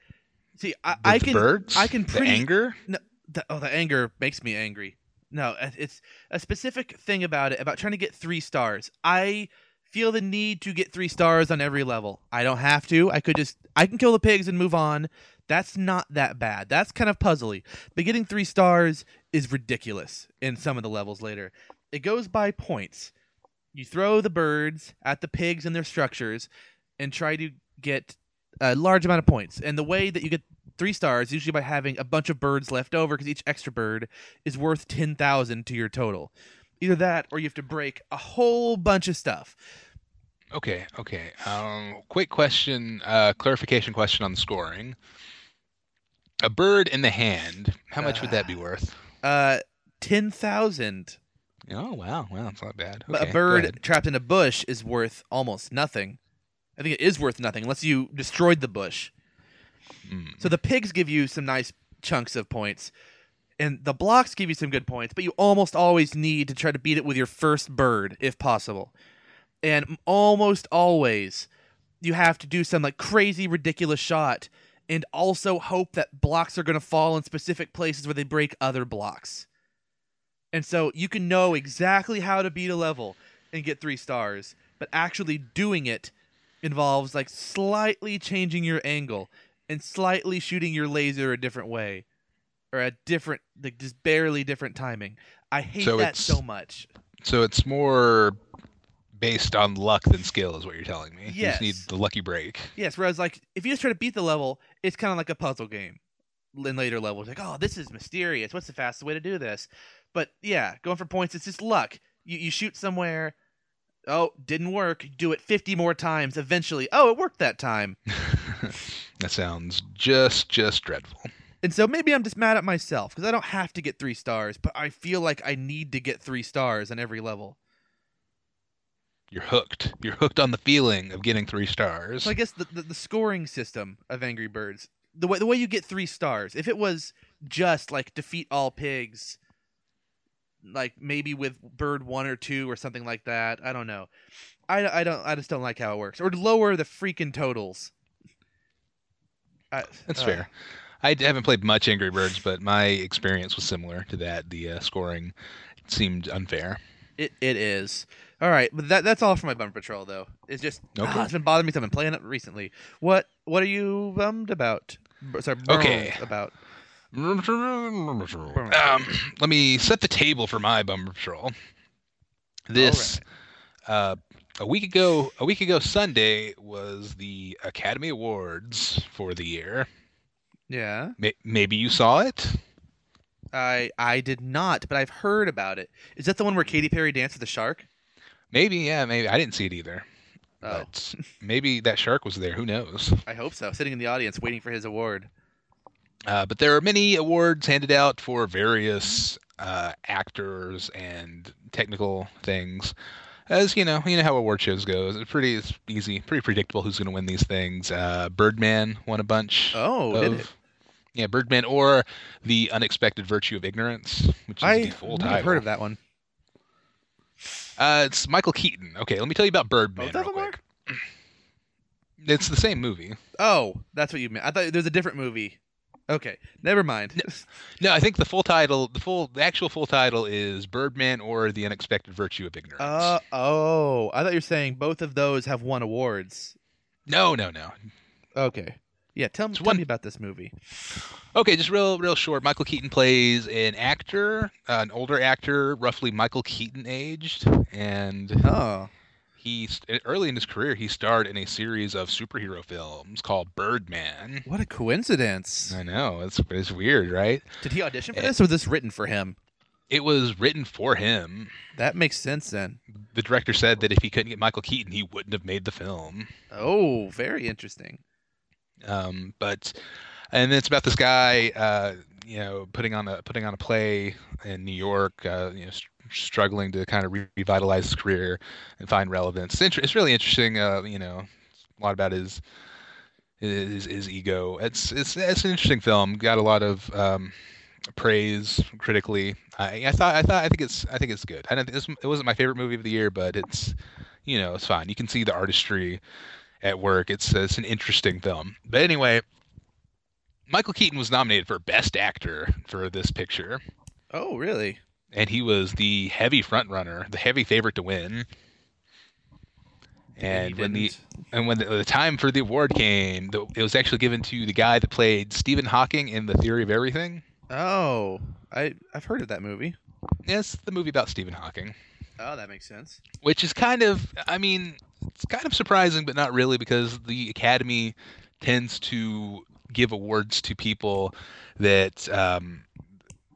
S2: See, I,
S1: The
S2: I can
S1: birds.
S2: I can pretty
S1: the anger.
S2: the, oh, the anger makes me uh, angry. No, it- it's a specific thing about it about trying to get three stars. I feel the need to get three stars on every level. I don't have to. I could just I can kill the pigs and move on. That's not that bad. That's kind of puzzly. But getting three stars is ridiculous in some of the levels later. It goes by points. You throw the birds at the pigs and their structures and try to get a large amount of points. And the way that you get three stars is usually by having a bunch of birds left over because each extra bird is worth 10,000 to your total. Either that or you have to break a whole bunch of stuff.
S1: Okay, okay. Um, quick question, uh, clarification question on the scoring. A bird in the hand, how much would that
S2: Ah.
S1: be worth?
S2: Uh, 10,000.
S1: Oh wow, wow, that's not bad.
S2: But
S1: Okay,
S2: a
S1: go
S2: bird
S1: ahead.
S2: trapped in a bush is worth almost nothing. I think it is worth nothing unless you destroyed the bush.
S1: Mm.
S2: So the pigs give you some nice chunks of points, and the blocks give you some good points, but you almost always need to try to beat it with your first bird if possible. And m- almost always, you have to do some like crazy, ridiculous shot and also hope that blocks are going to fall in specific places where they break other blocks. And so you can know exactly how to beat a level and get three stars, but actually doing it involves like slightly changing your angle and slightly shooting your laser a different way or a different like just barely different timing i hate
S1: So
S2: that
S1: it's-
S2: so much
S1: So it's more based on luck than skill, is what you're telling me. You just need
S2: Yes.
S1: the lucky break.
S2: yes whereas like if you just try to beat the level it's kind of like a puzzle game in later levels like oh this is mysterious what's the fastest way to do this but yeah going for points it's just luck you, you shoot somewhere oh didn't work do it 50 more times eventually oh it worked that time
S1: that sounds just just dreadful.
S2: And so maybe I'm just mad at myself because I don't have to get three stars, but I feel like I need to get three stars on every level.
S1: You're hooked. You're hooked on the feeling of getting three stars.
S2: So I guess the, the, the scoring system of Angry Birds, the way the way you get three stars, if it was just like defeat all pigs, like maybe with bird one or two or something like that, I don't know. I, I don't I just don't like how it works. Or lower the freaking totals. I,
S1: That's
S2: uh,
S1: fair. I d- haven't played much Angry Birds, but my experience was similar to that. The uh, scoring seemed unfair.
S2: It it is. All right, but that that's all for my bumper patrol though. It's just
S1: Okay.
S2: ah, it's been bothering me. So I've been playing it recently. What what are you bummed about? B- sorry, bummed
S1: Okay.
S2: about.
S1: Um, let me set the table for my bumper patrol. This uh, a week ago, a week ago Sunday was the Academy Awards for the year.
S2: Yeah,
S1: May- Maybe you saw it.
S2: I I did not, but I've heard about it. Is that the one where
S1: Hmm.
S2: Katy Perry danced with the shark?
S1: Maybe, yeah, maybe I didn't see it either.
S2: Oh,
S1: But maybe that shark was there. Who knows?
S2: I hope so. Sitting in the audience, waiting for his award.
S1: Uh, but there are many awards handed out for various uh, actors and technical things. As you know, you know how award shows goes. It's pretty it's easy, pretty predictable who's going to win these things. Uh, Birdman won a bunch.
S2: Oh,
S1: of,
S2: did it?
S1: Yeah, Birdman or the Unexpected Virtue of Ignorance, which is
S2: I
S1: the full title.
S2: have heard of that one.
S1: Uh, it's Michael Keaton. Okay, let me tell you about Birdman
S2: Both of
S1: real
S2: them are?
S1: quick. It's the same movie.
S2: Oh, that's what you meant. I thought there's a different movie. Okay, never mind.
S1: No, I think the full title, the full, the actual full title is Birdman or the Unexpected Virtue of Ignorance.
S2: Uh, oh, I thought you were saying both of those have won awards.
S1: no, no, no.
S2: Okay. Yeah, tell,
S1: It's
S2: tell
S1: one-
S2: me about this movie.
S1: Okay, just real, real short. Michael Keaton plays an actor, uh, an older actor, roughly Michael Keaton aged, and
S2: Oh.
S1: he st- early in his career he starred in a series of superhero films called Birdman.
S2: What a coincidence.
S1: I know it's it's weird, right?
S2: Did he audition for
S1: Eh.
S2: this or was this written for him?
S1: It was written for him.
S2: That makes sense then.
S1: The director said that if he couldn't get Michael Keaton, he wouldn't have made the film.
S2: Oh, very interesting.
S1: um, but and it's about this guy uh, you know putting on a putting on a play in New York uh, you know str struggling to kind of re- revitalize his career and find relevance it's, inter- it's really interesting uh, you know a lot about his his, his ego it's, it's it's an interesting film got a lot of um, praise critically I, I thought I thought I think it's I think it's good I don't think this it wasn't my favorite movie of the year but it's you know it's fine you can see the artistry at work. It's uh, it's an interesting film. But anyway, Michael Keaton was nominated for Best Actor for this picture,
S2: Oh, really?
S1: and he was the heavy front runner, the heavy favorite to win. And
S2: he
S1: when the
S2: didn't.
S1: and when the, the time for the award came, the, it was actually given to the guy that played Stephen Hawking in The Theory of Everything.
S2: Oh, I I've heard of that movie.
S1: Yes, the movie about Stephen Hawking,
S2: Oh, that makes sense.
S1: which is kind of, I mean, it's kind of surprising, but not really, because the Academy tends to give awards to people that um,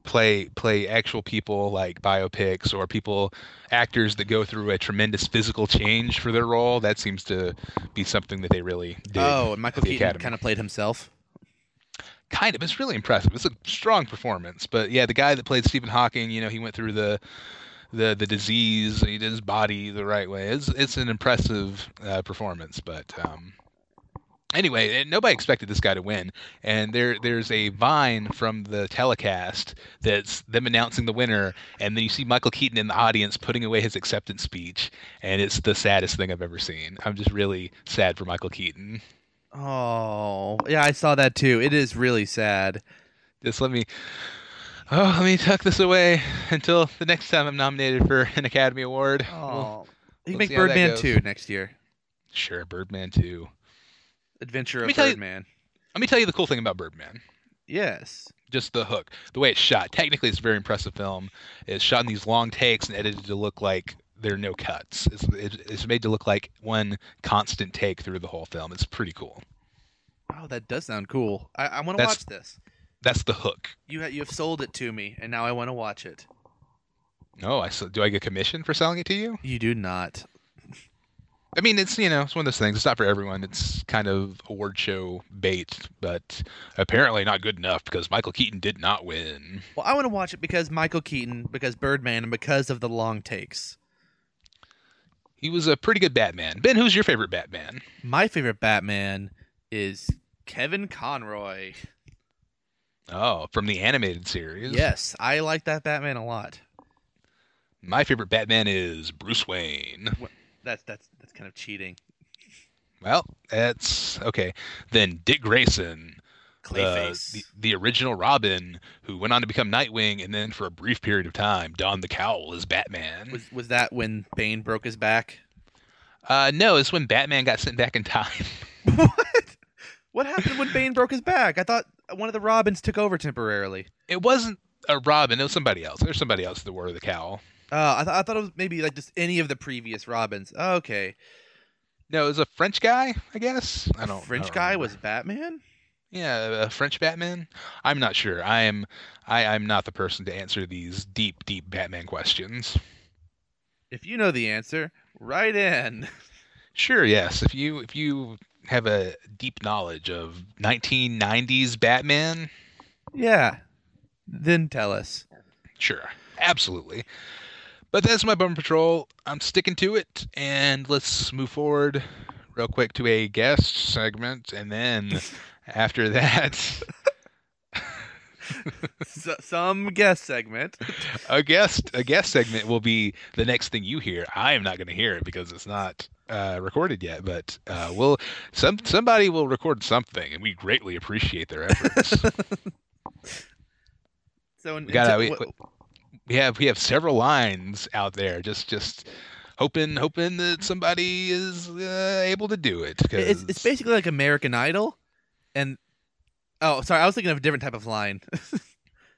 S1: play play actual people like biopics or people actors that go through a tremendous physical change for their role. That seems to be something that they really do.
S2: Oh, and Michael
S1: The
S2: Keaton
S1: Academy.
S2: kind of played himself.
S1: kind of it's really impressive it's a strong performance but yeah the guy that played stephen hawking you know he went through the the the disease he did his body the right way it's it's an impressive uh, performance but um anyway and nobody expected this guy to win and there there's a vine from the telecast that's them announcing the winner and then you see michael keaton in the audience putting away his acceptance speech and it's the saddest thing i've ever seen i'm just really sad for michael keaton
S2: Oh, yeah, I saw that too. It is really sad.
S1: just let me oh let me tuck this away until the next time i'm nominated for an academy award Well,
S2: Oh, you can
S1: we'll
S2: make
S1: see how that
S2: Birdman
S1: goes.
S2: two next year.
S1: sure birdman too
S2: Adventure
S1: Let
S2: of
S1: me tell you-
S2: Birdman.
S1: let me tell you the cool thing about birdman
S2: Yes.
S1: just the hook the way it's shot technically it's a very impressive film it's shot in these long takes and edited to look like there are no cuts it's, it's it's made to look like one constant take through the whole film it's pretty cool
S2: Oh, that does sound cool. I, I want to
S1: That's-
S2: watch this.
S1: that's the hook
S2: You ha- you have sold it to me, and now I want to watch it.
S1: oh i s- do i get commission for selling it to you
S2: You do not.
S1: I mean, it's you know, it's one of those things. It's not for everyone. It's kind of award show bait, but apparently not good enough because Michael Keaton did not win.
S2: Well, I want to watch it because Michael Keaton, because Birdman, and because of the long takes.
S1: He was a pretty good Batman. Ben, who's your favorite Batman?
S2: My favorite Batman is Kevin Conroy.
S1: Oh, from the animated series.
S2: Yes, I like that Batman a lot.
S1: My favorite Batman is Bruce Wayne.
S2: That's that's that's kind of cheating.
S1: Well, that's okay. Then Dick Grayson, uh,
S2: Clayface.
S1: the, the the original Robin, who went on to become Nightwing, and then for a brief period of time donned the cowl as Batman.
S2: was was that when Bane broke his back?
S1: Uh, no, it's when Batman got sent back in time.
S2: what? What happened when Bane broke his back? I thought one of the Robins took over temporarily.
S1: it wasn't a Robin. It was somebody else. There's somebody else that wore the cowl.
S2: Oh, I, th- I thought it was maybe like just any of the previous Robins. Oh, okay,
S1: No, it was a French guy, I guess. I
S2: A
S1: don't. I
S2: French
S1: don't
S2: guy
S1: remember.
S2: was Batman.
S1: Yeah, a French Batman. I'm not sure. I am. I, I'm not the person to answer these deep, deep Batman questions.
S2: If you know the answer, write in.
S1: Sure. Yes. If you if you have a deep knowledge of 1990s Batman,
S2: Yeah, then tell us.
S1: sure, absolutely. But that's my bummer patrol. I'm sticking to it, and let's move forward real quick to a guest segment, and then after that.
S2: S- some guess segment.
S1: a guest a guest segment will be the next thing you hear. I am not going to hear it because it's not uh, recorded yet, but uh, we'll some somebody will record something, and we greatly appreciate their efforts.
S2: So in,
S1: we got
S2: in-
S1: we, we have we have several lines out there, just just hoping hoping that somebody is uh, able to do it. Cause
S2: it's it's basically like American Idol, and oh, sorry, I was thinking of a different type of line.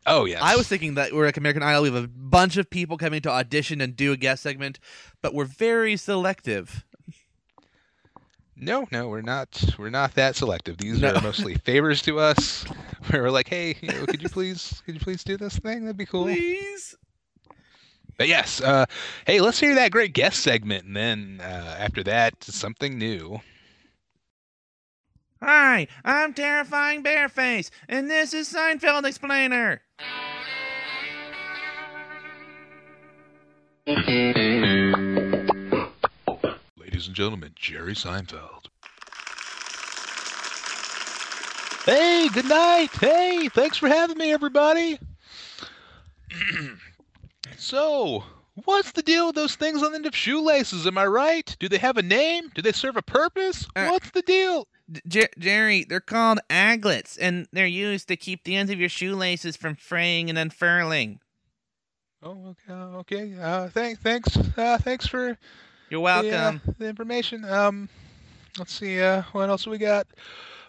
S1: oh yes,
S2: I was thinking that we're like American Idol. We have a bunch of people coming to audition and do a guest segment, but we're very selective.
S1: No, no, we're not. We're not that selective. These
S2: No.
S1: are mostly favors to us. Where we're like, hey, you know, could you please, could you please do this thing? That'd be cool.
S2: Please.
S1: But yes, uh, hey, let's hear that great guest segment, and then uh, after that, something new.
S2: Hi, I'm terrifying Bearface, and this is Seinfeld Explainer.
S1: Ladies and gentlemen, Jerry Seinfeld. Hey, good night. Hey, thanks for having me, everybody. so, what's the deal with those things on the end of shoelaces? Am I right? Do they have a name? Do they serve a purpose?
S2: Uh,
S1: what's the deal?
S2: Jer- Jerry, they're called aglets, and they're used to keep the ends of your shoelaces from fraying and unfurling.
S1: Oh, okay. Uh, okay. Uh, thanks, thanks, uh, thanks for the,
S2: You're welcome.
S1: uh, the information. Um, let's see. Uh, what else we got?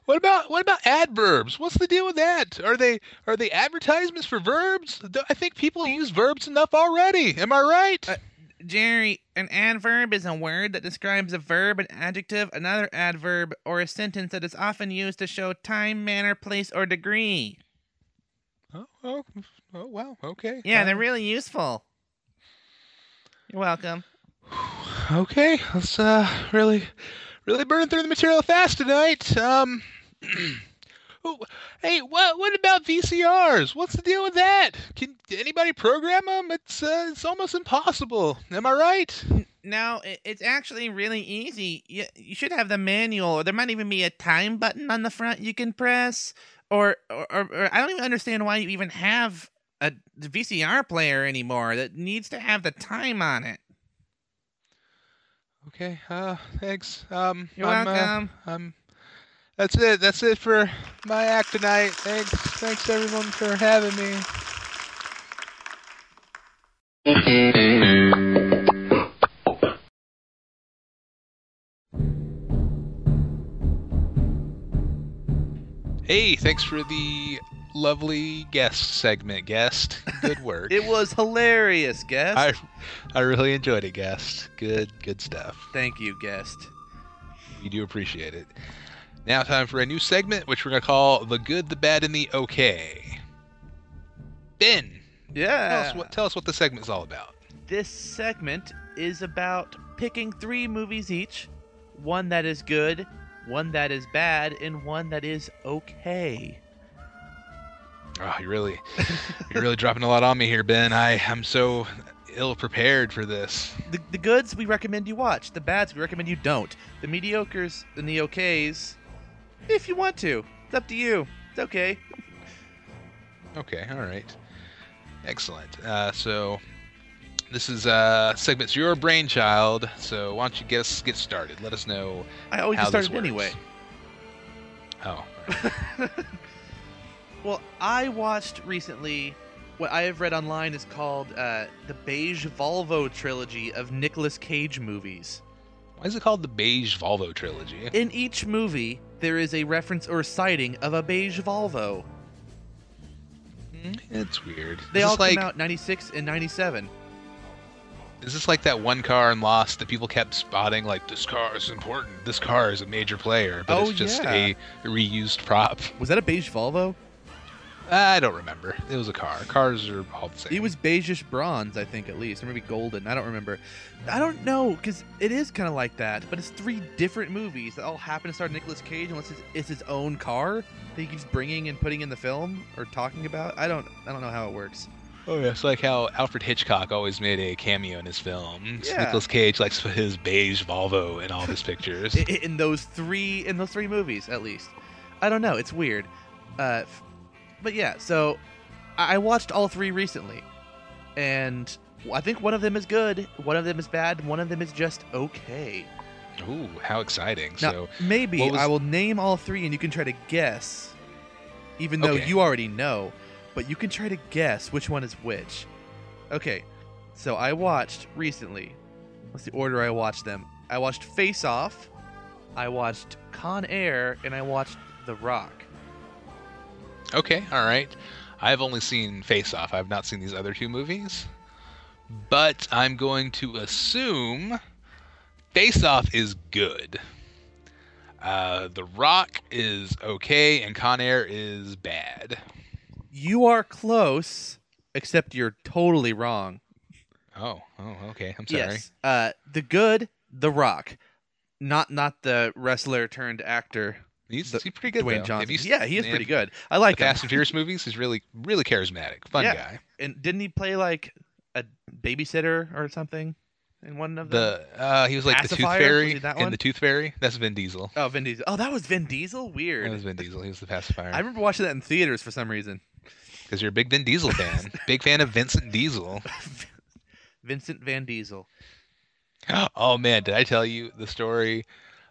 S1: What about what about adverbs? What's the deal with that? Are they are they advertisements for verbs? Th- I think people use verbs enough already. Am I right?
S2: Uh, Jerry, an adverb is a word that describes a verb, an adjective, another adverb, or a sentence that is often used to show time, manner, place, or degree.
S1: oh, oh, oh, wow. Okay.
S2: Yeah,
S1: fine.
S2: they're really useful. You're welcome.
S1: Okay, let's uh really really burn through the material fast tonight. Um oh, Hey, what what about VCRs? What's the deal with that? Can anybody program them? It's uh, it's almost impossible. Am I right?
S2: No, i- it's actually really easy. You, you should have the manual, or there might even be a time button on the front you can press. Or, or, or, or I don't even understand why you even have a VCR player anymore that needs to have the time on it.
S1: Okay. Uh thanks. Um
S2: You're
S1: I'm, uh,
S2: welcome.
S1: um That's it. That's it for my act tonight. Thanks thanks everyone for having me. Hey, thanks for the lovely guest segment, guest. Good work.
S2: It was hilarious, guest.
S1: I I really enjoyed it, guest. Good good stuff.
S2: Thank you, guest.
S1: We do appreciate it. Now, time for a new segment, which we're going to call The Good, the Bad, and the Okay. Ben, tell,
S2: Yeah.
S1: us what, tell us what the segment's all about.
S2: this segment is about picking three movies each one that is good, one that is bad, and one that is okay.
S1: Oh, you really, you're really dropping a lot on me here, Ben. I, I'm so ill prepared for this.
S2: The, the goods we recommend you watch, the bads we recommend you don't, the mediocres and the okays if you want to. It's up to you. It's okay.
S1: Okay, all right. Excellent. Uh, so, this is uh, segment's your brainchild. So, why don't you get us get started? Let us know
S2: I always
S1: how
S2: just started
S1: this works.
S2: anyway.
S1: Oh, all right.
S2: Well, I watched recently what I have read online is called uh, the Beige Volvo trilogy of Nicolas Cage movies.
S1: why is it called the Beige Volvo trilogy?
S2: In each movie, there is a reference or sighting of a beige Volvo.
S1: It's weird.
S2: They
S1: Is
S2: all
S1: this like,
S2: came out 96 and 97.
S1: Is this like that one car in Lost that people kept spotting? Like this car is important. This car is a major player, but
S2: Oh,
S1: it's just
S2: yeah.
S1: a reused prop.
S2: Was that a beige Volvo?
S1: I don't remember. It was a car. Cars are all the same.
S2: It was beigeish bronze, I think, at least, or maybe golden. I don't remember. I don't know because it is kind of like that, but it's three different movies that all happen to star Nicolas Cage, unless it's, it's his own car that he keeps bringing and putting in the film or talking about. I don't, I don't know how it works.
S1: Oh yeah. It's like how Alfred Hitchcock always made a cameo in his films.
S2: Yeah.
S1: Nicholas Cage likes to put his beige Volvo in all of his pictures.
S2: I- i- in those three in those three movies at least i don't know it's weird uh f- but yeah so i I watched all three recently and i think one of them is good one of them is bad and one of them is just okay
S1: Ooh, how exciting!
S2: now
S1: so
S2: maybe
S1: what was-
S2: i will name all three and you can try to guess even though
S1: Okay.
S2: you already know but you can try to guess which one is which okay so i watched recently what's the order i watched them i watched face off i watched con air and i watched the rock
S1: Okay, all right. I've only seen Face Off. I've not seen these other two movies. But I'm going to assume Face Off is good. Uh, the Rock is okay, and Con Air is bad.
S2: you are close except you're totally wrong
S1: Oh, oh, okay. I'm sorry.
S2: Yes. Uh, the good, The Rock, not not the wrestler turned actor
S1: He's,
S2: The-
S1: he's pretty good. though.
S2: Dwayne
S1: Have
S2: Johnson.
S1: you s-
S2: yeah, he is
S1: yeah,
S2: pretty good. I like
S1: The
S2: him.
S1: Fast and Furious movies. He's really, really charismatic. Fun
S2: Yeah.
S1: guy.
S2: And didn't he play like a babysitter or something in one of them?
S1: The uh, he was like the Tooth
S2: Pacifier? Was
S1: Fairy
S2: he that
S1: in
S2: one?
S1: the Tooth Fairy. That's Vin Diesel.
S2: Oh, Vin Diesel. Oh, that was Vin Diesel.
S1: That
S2: Weird.
S1: was Vin Diesel. He was the pacifier.
S2: I remember watching that in theaters for some reason.
S1: Because you're a big Vin Diesel fan. big fan of Vincent Diesel.
S2: Vincent Van Diesel.
S1: Oh man, did I tell you the story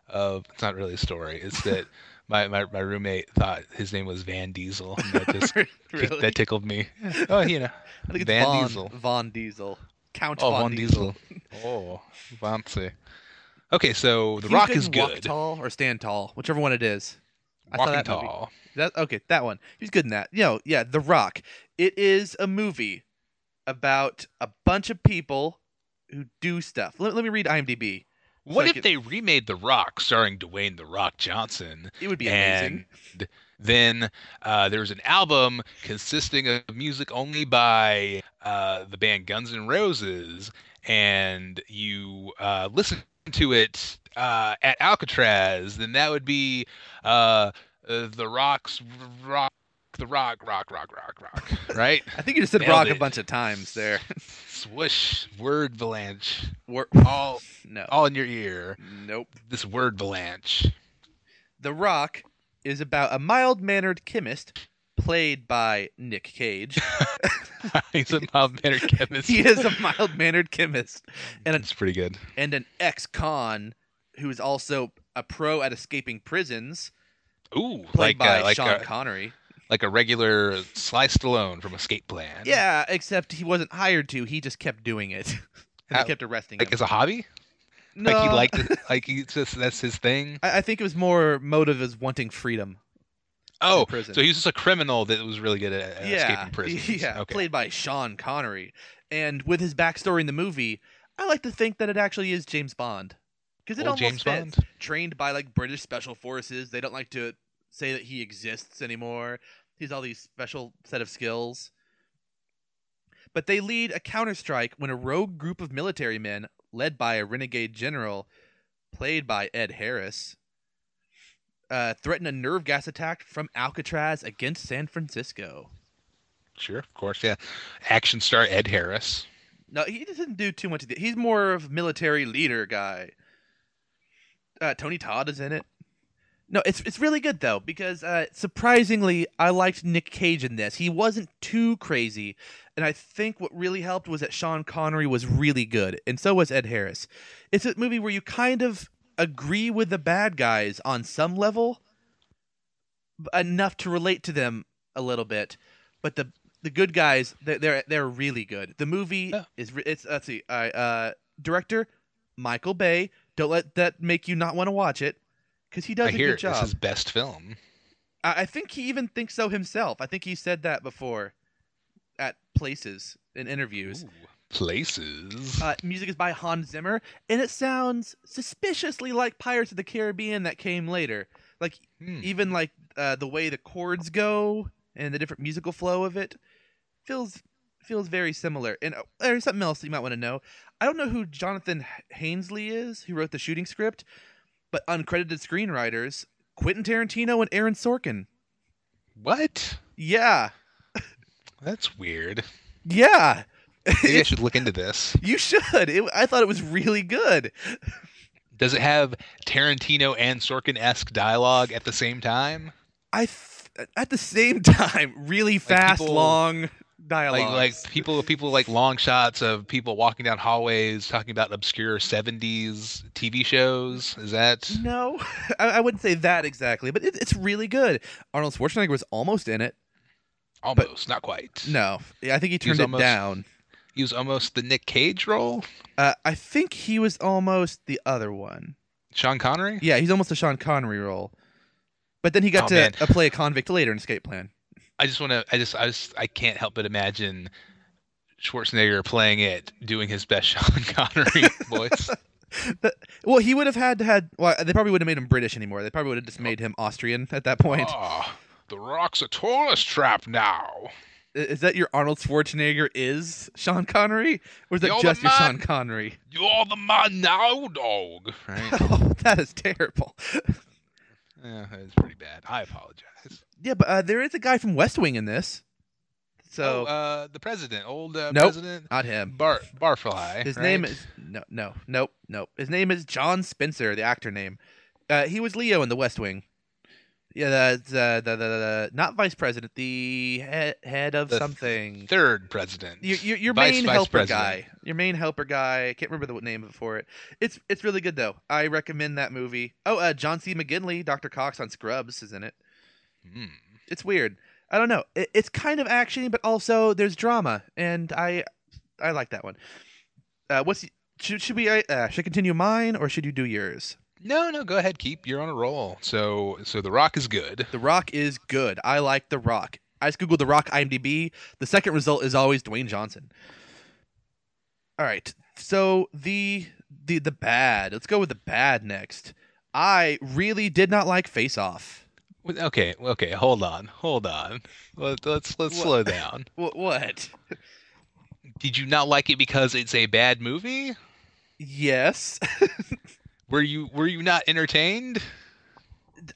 S1: of it's not really a story, it's that my, my, my roommate thought his name was Van Diesel. and that just
S2: really?
S1: that tickled me. Oh, you know.
S2: I think it's
S1: Van
S2: Von,
S1: Diesel.
S2: Von Diesel. Count
S1: Oh,
S2: Von, Diesel.
S1: Oh, fancy. Okay, so The
S2: He's
S1: Rock
S2: good
S1: is
S2: in Walk
S1: good.
S2: tall or stand tall, whichever one it is. I saw
S1: Walking
S2: that movie.
S1: tall.
S2: That okay, that one. He's good in that. You know, yeah, The Rock. It is a movie about a bunch of people who do stuff. Let, let me read IMDb.
S1: What
S2: I
S1: if
S2: could-
S1: they remade The Rock starring Dwayne The Rock Johnson?
S2: It would be amazing.
S1: And then uh, there's an album consisting of music only by uh, the band Guns N' Roses, and you uh, listen to it uh, at Alcatraz, then that would be uh, uh, The Rock's Rock, The Rock, Rock, Rock, Rock, Rock, right?
S2: I think you just said
S1: Nailed
S2: Rock a
S1: it.
S2: bunch of times there.
S1: Swoosh, word avalanche,
S2: Wor-
S1: all
S2: no.
S1: all in your ear.
S2: Nope.
S1: This word avalanche.
S2: The Rock is about a mild-mannered chemist played by Nick Cage.
S1: He's a mild mannered chemist.
S2: he is a mild-mannered chemist and a
S1: It's pretty good.
S2: and an ex-con who is also a pro at escaping prisons,
S1: Ooh, like
S2: played by
S1: uh, like
S2: Sean
S1: a,
S2: Connery.
S1: like a regular Sliced Stallone from Escape Plan.
S2: Yeah, except he wasn't hired to. He just kept doing it. and
S1: Uh,
S2: they kept arresting him.
S1: like as a hobby.
S2: no,
S1: Like he liked it. Like he just that's his thing.
S2: I, I think it was more motive as wanting freedom.
S1: Oh,
S2: in prison.
S1: so he was just a criminal that was really good at, at
S2: yeah,
S1: escaping uh, prison.
S2: yeah,
S1: okay.
S2: played by Sean Connery. And with his backstory in the movie, I like to think that it actually is James Bond because it
S1: Old
S2: almost
S1: James
S2: fits.
S1: Bond.
S2: trained by like British special forces. They don't like to say that he exists anymore. He's all these special set of skills. But they lead a counterstrike when a rogue group of military men, led by a renegade general, played by Ed Harris, uh, threaten a nerve gas attack from Alcatraz against San Francisco.
S1: Sure, of course, yeah. Action star Ed Harris.
S2: No, he doesn't do too much. Of the, he's more of military leader guy. Uh, Tony Todd is in it. No, it's it's really good though because uh, surprisingly, I liked Nick Cage in this. He wasn't too crazy, and I think what really helped was that Sean Connery was really good, and so was Ed Harris. It's a movie where you kind of agree with the bad guys on some level, b- enough to relate to them a little bit, but the the good guys they're they're, they're really good. The movie
S1: Yeah.
S2: is re- it's let's see, all right, uh, director Michael Bay. Don't let that make you not want to watch it because he does
S1: I
S2: a
S1: hear
S2: good
S1: it. It's
S2: job.
S1: his best film.
S2: I, I think he even thinks so himself. I think he said that before at places in interviews.
S1: Places.
S2: Uh, music is by Hans Zimmer, and it sounds suspiciously like Pirates of the Caribbean that came later. Like
S1: Hmm.
S2: even like uh, the way the chords go and the different musical flow of it feels feels very similar. And uh, there's something else that you might want to know. I don't know who Jonathan H- Hainsley is, who wrote the shooting script, but uncredited screenwriters Quentin Tarantino and Aaron Sorkin.
S1: What?
S2: Yeah,
S1: That's weird.
S2: yeah.
S1: Maybe I should look into this.
S2: you should. It, I thought it was really good.
S1: Does it have Tarantino and Sorkin esque dialogue at the same time?
S2: I th- at the same time really fast,
S1: people-
S2: long dialogue.
S1: like like people people like long shots of people walking down hallways talking about obscure 70s TV shows is that
S2: No, I, I wouldn't say that exactly, but it, it's really good. Arnold Schwarzenegger was almost in it.
S1: almost not quite
S2: Mm-hmm. No, yeah, I think he
S1: He was
S2: turned it
S1: almost-
S2: down.
S1: he was almost the Nick Cage role
S2: Uh, I think he was almost the other one.
S1: Sean Connery
S2: Yeah, he's almost a Sean Connery role. But then he got
S1: Oh,
S2: to
S1: man.
S2: uh, play a convict later in Escape Plan.
S1: I just want to I just I just I can't help but imagine Schwarzenegger playing it doing his best Sean Connery voice
S2: That- well, he would have had to had. Well, they probably wouldn't have made him British anymore. They probably would
S1: Oh.
S2: have just made him Austrian at that point.
S1: Ah, the rock's a tourist trap now
S2: I- Is that your Arnold Schwarzenegger is Sean Connery, or is that
S1: You're the
S2: just your
S1: man-
S2: Sean Connery?
S1: you're the man now dog right
S2: Oh, that is terrible.
S1: yeah, it's pretty bad I apologize
S2: Yeah, but uh, there is a guy from West Wing in this. So
S1: oh, uh, the president, old uh,
S2: Nope.
S1: president
S2: not him.
S1: Bar Barfly.
S2: His
S1: right?
S2: name is no, no, nope, nope. His name is John Spencer, the actor name. Uh, he was Leo in The West Wing. Yeah, the the the, the, the not vice president, the head, head of
S1: The
S2: something.
S1: third president.
S2: Your your, your
S1: Vice-
S2: main
S1: vice
S2: helper
S1: president.
S2: guy. Your main helper guy. I can't remember the name for it. It's it's really good though. I recommend that movie. Oh, uh, John C. McGinley, Dr. Cox on Scrubs is in it.
S1: Hmm.
S2: it's weird. I don't know. It, it's kind of action, but also there's drama, and I I like that one. Uh, what's should, should we? Uh, should I continue mine or should you do yours?
S1: No, no, go ahead, keep. You're on a roll. So, so The Rock is good.
S2: The Rock is good. I like The Rock. I just googled The Rock IMDb. The second result is always Dwayne Johnson. All right. So the the the bad. Let's go with the bad next. I really did not like Face Off.
S1: Well, Okay, okay, hold on, hold on. Let, let's let's
S2: What?
S1: slow down.
S2: What? What?
S1: Did you not like it because it's a bad movie?
S2: Yes.
S1: Were you were you not entertained?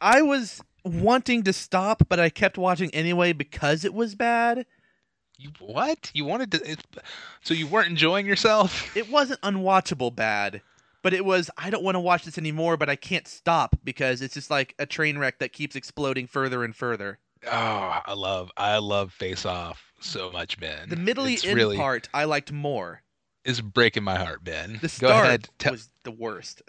S2: I was wanting to stop, but I kept watching anyway because it was bad.
S1: You what? You wanted to? It, so you weren't enjoying yourself?
S2: It wasn't unwatchable bad, but it was I don't want to watch this anymore, but I can't stop because it's just like a train wreck that keeps exploding further and further.
S1: Oh, I love I love Face Off so much, Ben.
S2: The middle
S1: it's
S2: end
S1: really
S2: part I liked more.
S1: is breaking my heart, Ben.
S2: The
S1: Go ahead,
S2: start
S1: te-
S2: was the worst.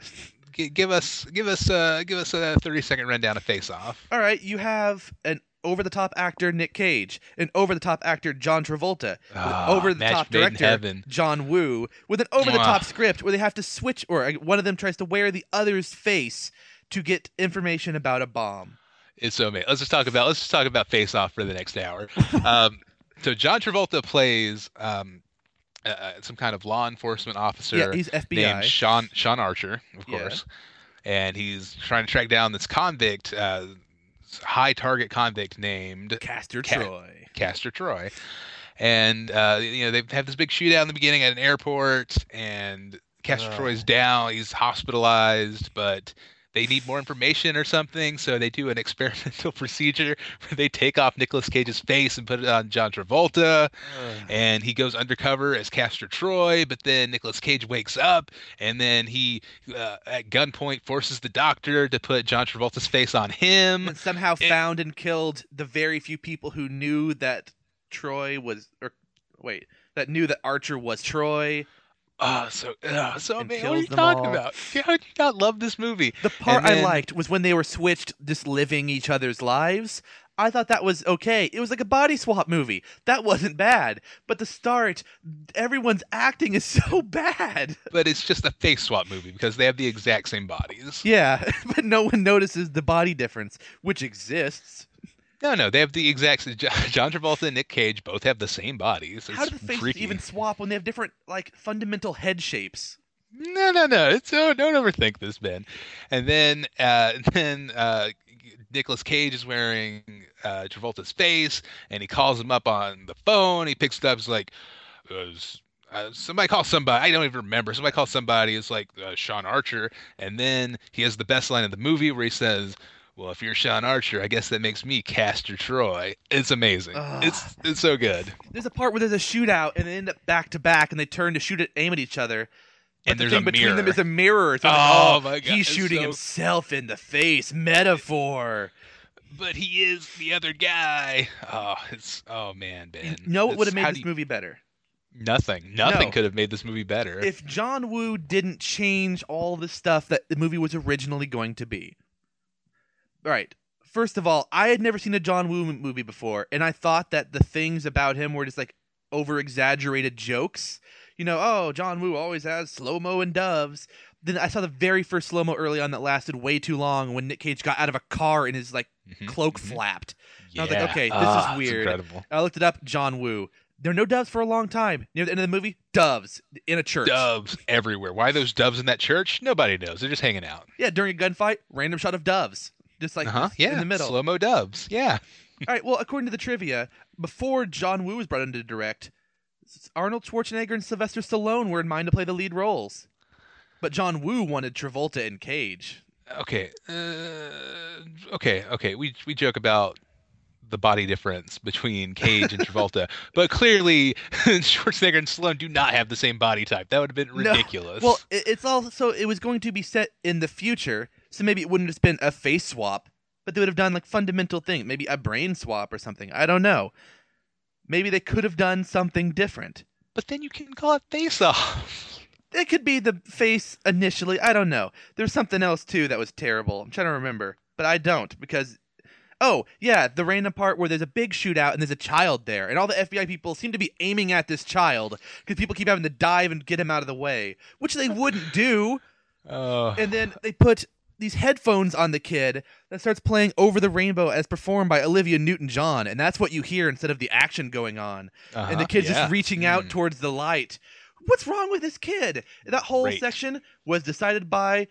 S1: gi- give us give us uh give us a thirty second rundown of Face Off.
S2: All right, you have an over the top actor Nick Cage, an over the top actor John Travolta,
S1: Ah,
S2: over the
S1: match
S2: top
S1: made in
S2: director
S1: heaven.
S2: John Woo with an over the
S1: Mwah.
S2: top script where they have to switch or uh, one of them tries to wear the other's face to get information about a bomb.
S1: It's so amazing. Let's just talk about let's just talk about Face Off for the next hour. Um, so John Travolta plays um, uh, uh, some kind of law enforcement officer
S2: yeah, he's FBI.
S1: named Sean Sean Archer, of
S2: Yeah.
S1: course, and he's trying to track down this convict, uh, high target convict named
S2: Caster
S1: Cat.
S2: Troy.
S1: Castor Troy. And uh, you know they have this big shootout in the beginning at an airport, and Castor
S3: Ugh.
S1: Troy's down. He's hospitalized, but they need more information or something, so they do an experimental procedure where they take off Nicolas Cage's face and put it on John Travolta, and he goes undercover as Castor Troy. But then Nicolas Cage wakes up, and then he uh, at gunpoint forces the doctor to put John Travolta's face on him.
S2: And somehow
S1: it-
S2: found and killed the very few people who knew that Troy was or wait, that knew that Archer was Troy.
S1: Oh, so uh, so amazing. What
S2: And
S1: are
S2: kills
S1: you
S2: them
S1: talking
S2: all.
S1: about? How did you not love this movie?
S2: The part I
S1: then-
S2: liked was when they were switched, just living each other's lives. I thought that was okay. It was like a body swap movie. That wasn't bad. But the start, everyone's acting is so bad.
S1: But it's just a face swap movie because they have the exact same bodies.
S2: Yeah, but no one notices the body difference, which exists.
S1: No, no, they have the exact. s- Jo- John Travolta and Nick Cage both have the same bodies.
S2: How
S1: It's
S2: do the faces
S1: freaky.
S2: even swap when they have different, like, fundamental head shapes?
S1: No, no, no. It's oh, don't overthink this, Ben. And then, uh, then uh, Nicolas Cage is wearing uh, Travolta's face, and he calls him up on the phone. He picks it up. He's like, uh, s- uh, somebody calls somebody. I don't even remember. Somebody calls somebody. It's like uh, Sean Archer. And then he has the best line of the movie where he says. Well, if you're Sean Archer, I guess that makes me Castor Troy. It's amazing.
S2: Ugh.
S1: It's it's so good.
S2: There's a part where there's a shootout and they end up back to back and they turn to shoot at aim at each other. But
S1: And
S2: the
S1: there's
S2: thing
S1: a
S2: between them
S1: mirror.
S2: is a mirror. So I'm like,
S1: Oh my God,
S2: He's
S1: it's
S2: shooting
S1: so-
S2: himself in the face. Metaphor.
S1: but he is the other guy. Oh, it's oh man, Ben.
S2: You know what would
S1: It's-
S2: have made
S1: how
S2: this
S1: do you-
S2: movie better?
S1: Nothing. Nothing
S2: No.
S1: could have made this movie better.
S2: If John Woo didn't change all the stuff that the movie was originally going to be. All right. First of all, I had never seen a John Woo m- movie before, and I thought that the things about him were just like over exaggerated jokes. You know, oh, John Woo always has slow mo and doves. Then I saw the very first slow mo early on that lasted way too long when Nick Cage got out of a car and his like
S1: Mhm,
S2: cloak
S1: mhm.
S2: flapped.
S1: yeah.
S2: I was like, okay, this is
S1: Ah, it's
S2: weird.
S1: incredible.
S2: I looked it up. John Woo. There are no doves for a long time. Near the end of the movie, doves in a church.
S1: Doves everywhere. Why are those doves in that church? Nobody knows. They're just hanging out.
S2: Yeah, during a gunfight, random shot of doves, just like
S1: uh-huh.
S2: this
S1: Yeah.
S2: in the middle.
S1: Slow mo doves. Yeah.
S2: All right. Well, according to the trivia, before John Woo was brought in to direct, S- Arnold Schwarzenegger and Sylvester Stallone were in mind to play the lead roles, but John Woo wanted Travolta and Cage.
S1: Okay. Uh, okay. Okay. We we joke about the body difference between Cage and Travolta, but clearly Schwarzenegger and Stallone do not have the same body type. That would have been
S2: No.
S1: ridiculous.
S2: Well, it, it's also it was going to be set in the future, so maybe it wouldn't have been a face swap, but they would have done like fundamental thing, maybe a brain swap or something. I don't know. Maybe they could have done something different.
S1: but then you can call it face off.
S2: It could be the face initially. I don't know. There's something else too that was terrible. I'm trying to remember, but I don't because Oh, yeah, the random part where there's a big shootout and there's a child there, and all the FBI people seem to be aiming at this child because people keep having to dive and get him out of the way, which they wouldn't do.
S1: Oh,
S2: And then they put these headphones on the kid that starts playing Over the Rainbow as performed by Olivia Newton John, and that's what you hear instead of the action going on.
S1: uh-huh,
S2: and the kid's
S1: yeah.
S2: just reaching out
S1: Mm.
S2: towards the light. What's wrong with this kid? That whole
S1: Great.
S2: section was decided by,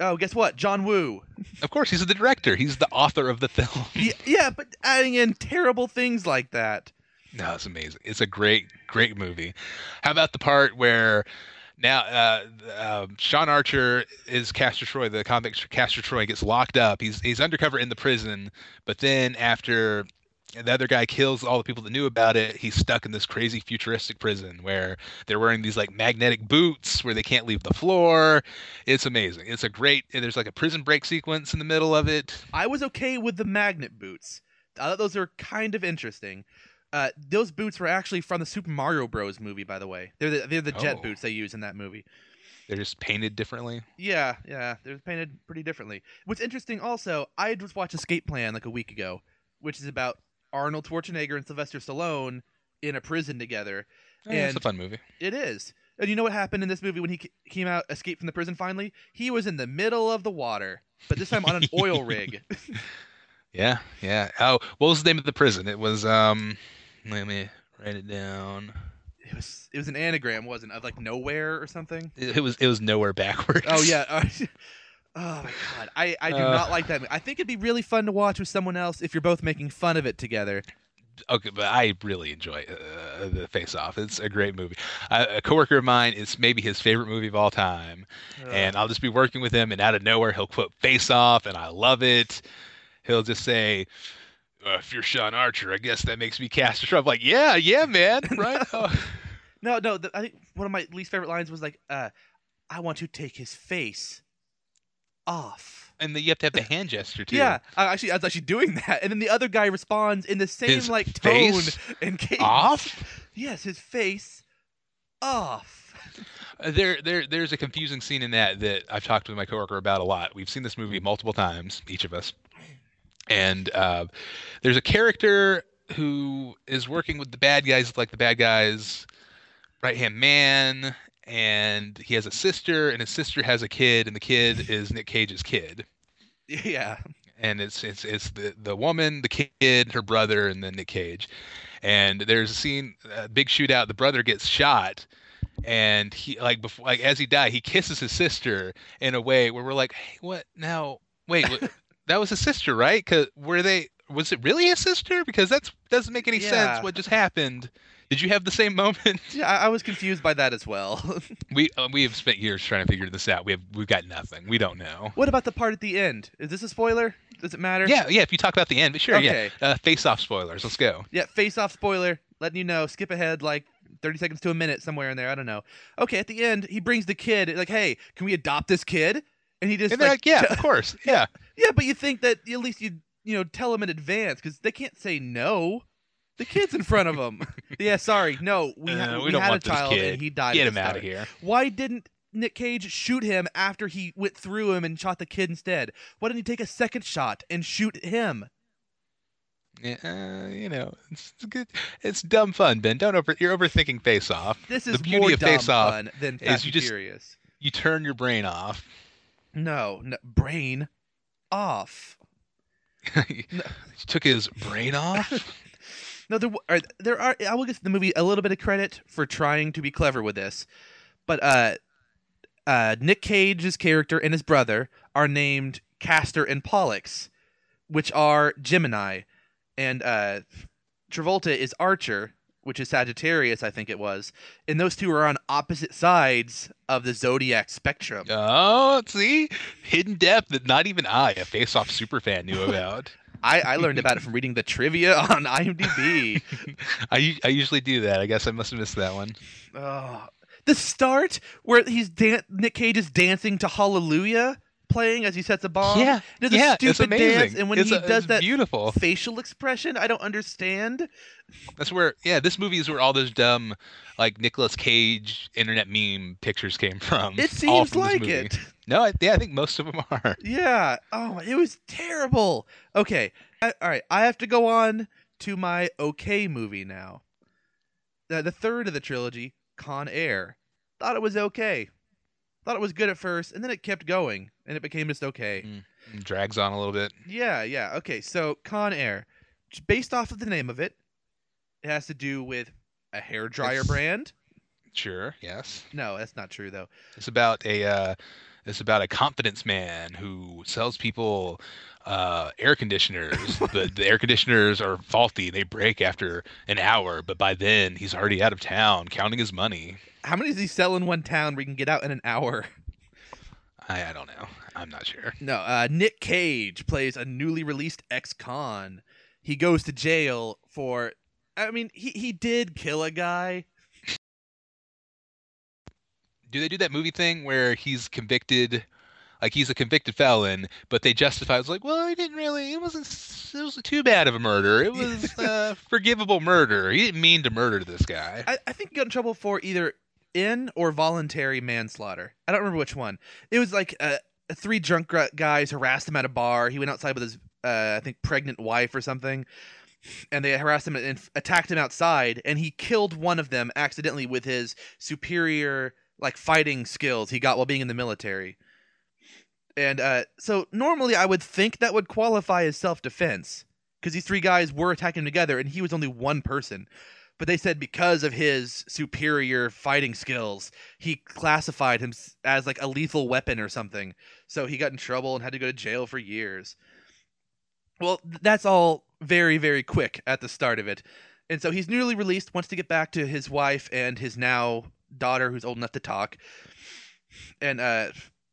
S2: oh, guess what? John Woo.
S1: Of course, he's the director. He's the author of the film.
S2: yeah, yeah, but adding in terrible things like that.
S1: No, it's amazing. It's a great, great movie. How about the part where now uh, uh, Sean Archer is Castor Troy, the convict Castor Troy gets locked up. He's he's undercover in the prison, but then after the other guy kills all the people that knew about it, he's stuck in this crazy futuristic prison where they're wearing these like magnetic boots where they can't leave the floor. It's amazing. It's a great. There's like a prison break sequence in the middle of it.
S2: I was okay with the magnet boots. I thought those are kind of interesting. Uh, those boots were actually from the Super Mario Bros. movie, by the way. They're the, they're the
S1: Oh.
S2: jet boots they use in that movie.
S1: They're just painted differently.
S2: Yeah, yeah, they're painted pretty differently. What's interesting, also, I just watched Escape Plan like a week ago, which is about Arnold Schwarzenegger and Sylvester Stallone in a prison together.
S1: Eh, it's a
S2: And-
S1: fun movie.
S2: It is, and you know what happened in this movie when he ca- came out, escaped from the prison. Finally, he was in the middle of the water, but this time on an oil rig.
S1: Yeah, yeah. Oh, what was the name of the prison? It was um let me write it down.
S2: It was it was an anagram, wasn't it? Of like nowhere or something.
S1: It, it was it was nowhere backwards.
S2: Oh yeah. uh, Oh my god, I, I do
S1: Uh.
S2: not like that. mo- I think it'd be really fun to watch with someone else if you're both making fun of it together.
S1: Okay, but I really enjoy uh, the Face Off. It's a great movie. Uh, a coworker of mine, it's maybe his favorite movie of all time,
S2: Uh.
S1: and I'll just be working with him, and out of nowhere he'll quote Face Off, and I love it. He'll just say. Uh, if you're Sean Archer, I guess that makes me Castor Troy. I'm like, yeah, yeah, man, right? Oh.
S2: No, no. The, I think one of my least favorite lines was like, uh, "I want to take his face off."
S1: And then you have to have the hand gesture too.
S2: Yeah, I actually, I was actually doing that, and then the other guy responds in the same
S1: His
S2: like tone
S1: face
S2: and cadence.
S1: off.
S2: Yes, his face off.
S1: Uh, There, there, there's a confusing scene in that that I've talked with my coworker about a lot. We've seen this movie multiple times, each of us, and uh, there's a character who is working with the bad guys, like the bad guys' right hand man, and he has a sister, and his sister has a kid, and the kid is Nick Cage's kid,
S2: Yeah,
S1: and it's it's it's the the woman, the kid, her brother, and then Nick Cage, and there's a scene, a big shootout. The brother gets shot, and he like before like as he died, he kisses his sister in a way where we're like, hey, what now? Wait, what, that was his sister, right? Cause were they? Was it really his sister? Because that's doesn't make any
S2: Yeah.
S1: sense. What just happened? Did you have the same moment?
S2: yeah. I, I was confused by that as well.
S1: we uh, we have spent years trying to figure this out. We have we've got nothing. We don't know.
S2: what about the part at the end? Is this a spoiler? Does it matter?
S1: Yeah, yeah. If you talk about the end, but sure,
S2: Okay.
S1: yeah. Uh, face-off spoilers. Let's go.
S2: Yeah, face off spoiler, letting you know, skip ahead like 30 seconds to a minute somewhere in there. I don't know. Okay, at the end, he brings the kid, like, hey, can we adopt this kid? And he just,
S1: and they're like,
S2: like,
S1: yeah,
S2: t-
S1: of course, yeah.
S2: yeah, but you think that at least you, you know, tell him in advance because they can't say no. The kid's in front of him. yeah, sorry. No, we, ha-
S1: Uh, we
S2: we,
S1: don't
S2: had
S1: want
S2: a
S1: this
S2: child
S1: kid.
S2: and he died.
S1: Get
S2: of
S1: him out of
S2: this
S1: here.
S2: diet. Why didn't Nick Cage shoot him after he went through him and shot the kid instead? Why didn't he take a second shot and shoot him?
S1: Yeah, uh, you know, it's it's good. It's dumb fun, Ben. Don't over. You're overthinking Face Off.
S2: This
S1: The
S2: is
S1: beauty
S2: more
S1: of
S2: dumb
S1: Face Off
S2: fun than
S1: is
S2: Fast
S1: you
S2: and
S1: just-
S2: Furious.
S1: You turn your brain off.
S2: No, no, brain off.
S1: you took his brain off.
S2: No, there w- are, there are. I will give the movie a little bit of credit for trying to be clever with this, but uh, uh, Nick Cage's character and his brother are named Castor and Pollux, which are Gemini, and uh, Travolta is Archer, which is Sagittarius, I think it was, and those two are on opposite sides of the zodiac spectrum.
S1: oh, see, hidden depth that not even I, a Face Off superfan, knew about.
S2: I, I learned about it from reading the trivia on IMDb.
S1: I u- I usually do that. I guess I must have missed that one.
S2: Oh, the start where he's dan- Nick Cage is dancing to Hallelujah playing as he sets a bomb.
S1: yeah,
S2: Um, There's
S1: yeah,
S2: a
S1: it's
S2: stupid
S1: amazing.
S2: dance, and when
S1: It's
S2: he
S1: a-
S2: does
S1: it's
S2: that
S1: beautiful.
S2: facial expression, I don't understand.
S1: That's where, yeah, this movie is where all those dumb, like Nicolas Cage internet meme pictures came from.
S2: It
S1: All
S2: seems
S1: from this
S2: like
S1: movie.
S2: it.
S1: No, I, yeah, I think most of them are.
S2: Yeah. Oh, it was terrible. Okay. I, all right. I have to go on to my okay movie now. Uh, the third of the trilogy, Con Air. Thought it was okay. Thought it was good at first, and then it kept going, and it became just okay.
S1: Drags on a little bit.
S2: Yeah, yeah. Okay, so Con Air, J- based off of the name of it, it has to do with a hair dryer
S1: It's-
S2: brand.
S1: Sure. Yes.
S2: No, that's not true though.
S1: It's about a uh, it's about a confidence man who sells people uh, air conditioners, but the air conditioners are faulty. They break after an hour, but by then he's already out of town counting his money.
S2: How many does he sell in one town where you can get out in an hour?
S1: I, I don't know. I'm not sure.
S2: No, uh, Nick Cage plays a newly released ex-con. He goes to jail for. I mean, he he did kill a guy.
S1: Do they do that movie thing where he's convicted? Like he's a convicted felon, but they justify it's like, well, he didn't really. It wasn't. s- It wasn't too bad of a murder. It was uh, forgivable murder. He didn't mean to murder this guy.
S2: I, I think he got in trouble for either in or voluntary manslaughter. I don't remember which one. It was like uh, three drunk gr- guys harassed him at a bar. He went outside with his, uh, I think, pregnant wife or something, and they harassed him and attacked him outside. And he killed one of them accidentally with his superior like fighting skills he got while being in the military. And uh, so normally I would think that would qualify as self defense because these three guys were attacking him together, and he was only one person but they said because of his superior fighting skills, he classified him s- as like a lethal weapon or something. So he got in trouble and had to go to jail for years. Well, th- that's all very, very quick at the start of it. And so he's newly released, wants to get back to his wife and his now daughter who's old enough to talk. And uh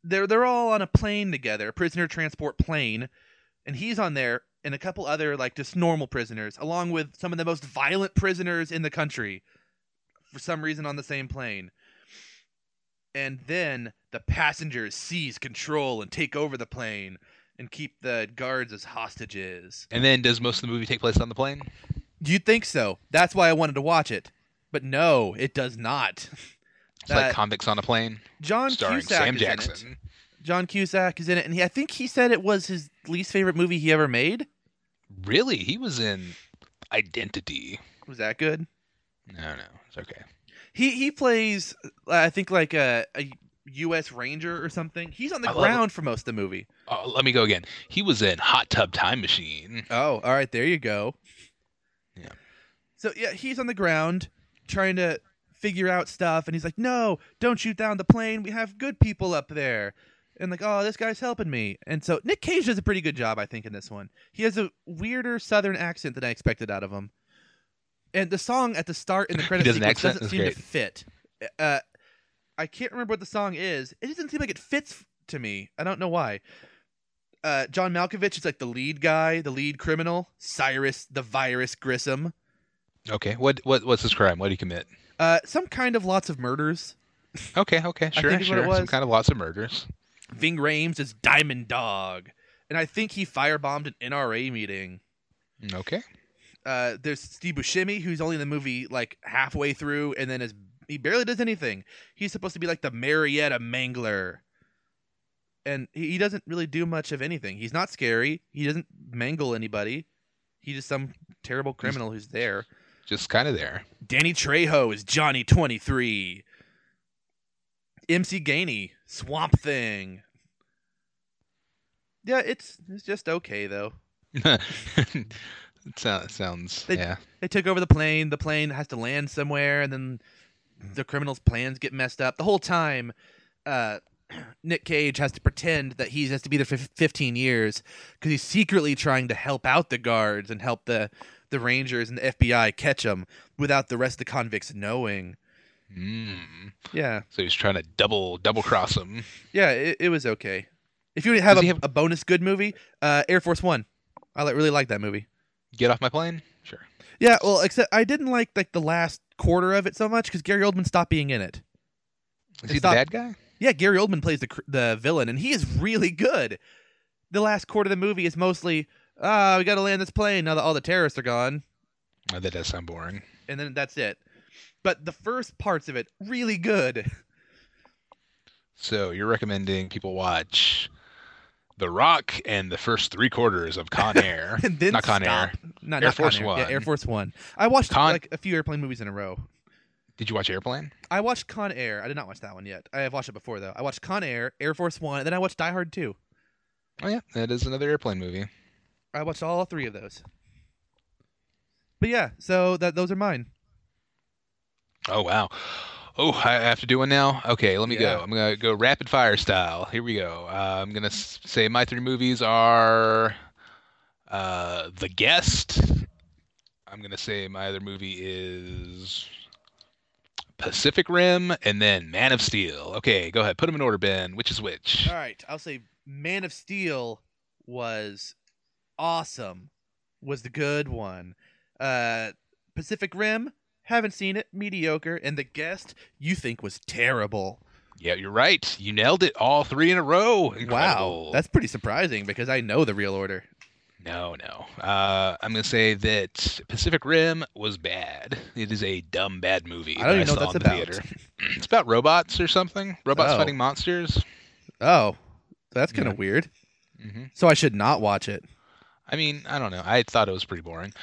S2: they're they're all on a plane together, a prisoner transport plane, and he's on there and a couple other like just normal prisoners, along with some of the most violent prisoners in the country, for some reason on the same plane. And then the passengers seize control and take over the plane and keep the guards as hostages.
S1: And then does most of the movie take place on the plane?
S2: You'd think so. That's why I wanted to watch it. But no, it does not.
S1: It's like
S2: Uh,
S1: convicts on a plane,
S2: John
S1: starring
S2: Cusack
S1: Sam
S2: is in it.
S1: Jackson.
S2: John Cusack is in it, and he, I think he said it was his least favorite movie he ever made.
S1: Really, he was in Identity.
S2: Was that good?
S1: No, no, it's okay.
S2: He he plays uh, I think like a, a U.S. Ranger or something. He's on the
S1: I love
S2: ground for most of the movie.
S1: Oh, let me go again. He was in Hot Tub Time Machine.
S2: Oh, all right, there you go.
S1: Yeah.
S2: So yeah, he's on the ground trying to figure out stuff, and he's like, "No, don't shoot down the plane. We have good people up there." And like, "Oh, this guy's helping me." And so Nick Cage does a pretty good job, I think, in this one. He has a weirder Southern accent than I expected out of him, and the song at the start and the credit
S1: does an
S2: sequence
S1: accent?
S2: doesn't
S1: That's
S2: seem
S1: great.
S2: to fit. Uh, I can't remember what the song is. It doesn't seem like it fits f- to me. I don't know why. Uh, John Malkovich is like the lead guy, the lead criminal, Cyrus the Virus Grissom.
S1: Okay, what what what's his crime? What did he commit?
S2: Uh, some kind of lots of murders.
S1: Okay, okay, sure,
S2: think is what
S1: sure.
S2: it
S1: Some
S2: was.
S1: kind of lots of murders.
S2: Ving Rhames is Diamond Dog, and I think he firebombed an NRA meeting.
S1: Okay,
S2: Uh, there's Steve Buscemi, who's only in the movie like halfway through, and then is he barely does anything. He's supposed to be like the Marietta Mangler, and he, he doesn't really do much of anything. He's not scary. He doesn't mangle anybody. He's just some terrible criminal who's there.
S1: just kind of there.
S2: Danny Trejo is Johnny Twenty Three. MC Gainey, Swamp Thing. Yeah, it's it's just okay though.
S1: it sounds sounds
S2: They-
S1: yeah.
S2: they took over the plane. The plane has to land somewhere, and then the criminals' plans get messed up. The whole time, uh, Nick Cage has to pretend that he has to be there for fif- 15 years because he's secretly trying to help out the guards and help the the Rangers and the FBI catch him without the rest of the convicts knowing.
S1: Mm.
S2: Yeah,
S1: So he's trying to double double cross him.
S2: yeah, it, it was okay. If you have
S1: Does
S2: a,
S1: he have-
S2: a bonus good movie, uh, Air Force One, I li- really like that movie.
S1: Get off my plane. Sure.
S2: Yeah, well, except I didn't like like the last quarter of it so much because Gary Oldman stopped being in it.
S1: Is
S2: They
S1: he the bad
S2: stopped-
S1: guy?
S2: Yeah, Gary Oldman plays the cr- the villain, and he is really good. The last quarter of the movie is mostly, ah, we got to land this plane now that all the terrorists are gone,
S1: Uh, that does sound boring.
S2: and then that's it. But the first parts of it really good.
S1: So you're recommending people watch The Rock and the first three quarters of Con Air.
S2: and then
S1: Not Con
S2: stop.
S1: Air. Air
S2: Not, not Con
S1: Force
S2: Air. Yeah,
S1: One.
S2: Air Force One. I watched
S1: Con-
S2: like a few airplane movies in a row.
S1: Did you watch Airplane?
S2: I watched Con Air. I did not watch that one yet. I have watched it before though. I watched Con Air, Air Force One, and then I watched Die Hard Two.
S1: Oh yeah, that is another airplane movie.
S2: I watched all three of those. But yeah, so that those are mine.
S1: Oh wow. Oh, I have to do one now. Okay, let me
S2: Yeah.
S1: go. I'm gonna go rapid fire style. Here we go. Uh, I'm gonna s- say my three movies are uh, The Guest. I'm gonna say my other movie is Pacific Rim, and then Man of Steel. Okay, go ahead. Put them in order, Ben. Which is which?
S2: All right, I'll say Man of Steel was awesome. Was the good one. Uh Pacific Rim, haven't seen it, mediocre, and The Guest you think was terrible.
S1: Yeah, you're right. You nailed it all three in a row.
S2: Wow,
S1: Incredible.
S2: that's pretty surprising because I know the real order.
S1: No, no. Uh, I'm gonna say that Pacific Rim was bad. It is a dumb bad movie.
S2: I don't
S1: that
S2: even know
S1: saw
S2: what
S1: in
S2: that's
S1: the
S2: about.
S1: theater. It's about robots or something. Robots
S2: Oh.
S1: fighting monsters.
S2: Oh, so that's kind
S1: Yeah.
S2: of weird.
S1: hmm
S2: So I should not watch it.
S1: I mean, I don't know. I thought it was pretty boring.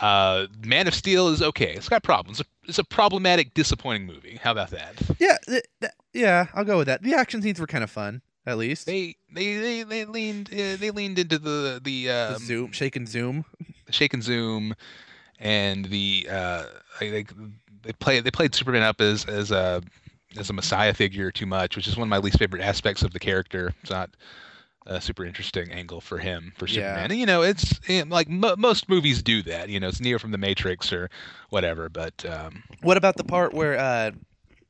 S1: Uh, Man of Steel is okay. It's got problems. It's a problematic, disappointing movie. How about that?
S2: Yeah, th- th- yeah, I'll go with that. The action scenes were kind of fun, at least.
S1: They they they, they leaned uh, they leaned into the the,
S2: The
S1: um,
S2: zoom, shake and zoom.
S1: shake and zoom and the uh I- they they play they played superman up as as a as a messiah figure too much which is one of my least favorite aspects of the character it's not a super interesting angle for him for
S2: Yeah.
S1: superman and, you know it's eh, like mo most movies do that you know it's neo from the matrix or whatever but um
S2: What about the part where uh,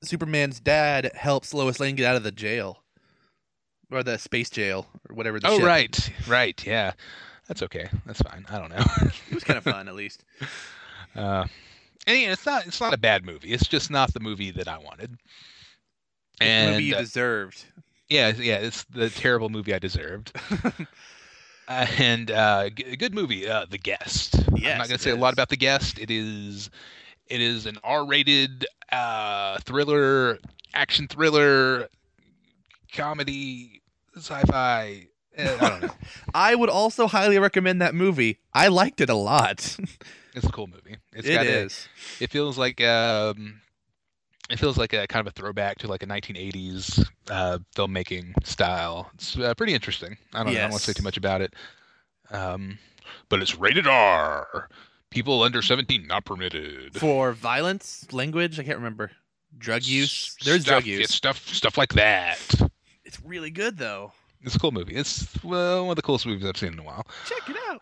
S2: Superman's dad helps Lois Lane get out of the jail, or the space jail, or whatever? The
S1: oh
S2: ship.
S1: right right yeah that's okay that's fine i don't know
S2: it was kind of fun, at least.
S1: Uh, and again, it's not it's not a bad movie. It's just not the movie that I wanted.
S2: And
S1: And
S2: movie you
S1: uh,
S2: deserved.
S1: yeah, yeah, it's the terrible movie I deserved. uh, and uh, g- a good movie, uh, The Guest. I'm
S2: Yes,
S1: not going
S2: it
S1: to say a lot
S2: is.
S1: about The Guest. It is it is an R-rated uh, thriller, action thriller, comedy, sci-fi. eh, I don't know.
S2: I would also highly recommend that movie. I liked it a lot.
S1: It's a cool movie. It's
S2: It
S1: got a,
S2: is.
S1: it feels like um it feels like a kind of a throwback to like a 1980s uh, filmmaking style. It's uh, pretty interesting. I don't, know, I don't want to say
S2: Yes.
S1: too much about it, um, but it's rated R. People under 17 not permitted.
S2: For violence, language, I can't remember. Drug use.
S1: S-
S2: There's
S1: stuff,
S2: drug use.
S1: it's stuff stuff like that.
S2: It's really good though.
S1: It's a cool movie. It's well, one of the coolest movies I've seen in a while.
S2: Check it out.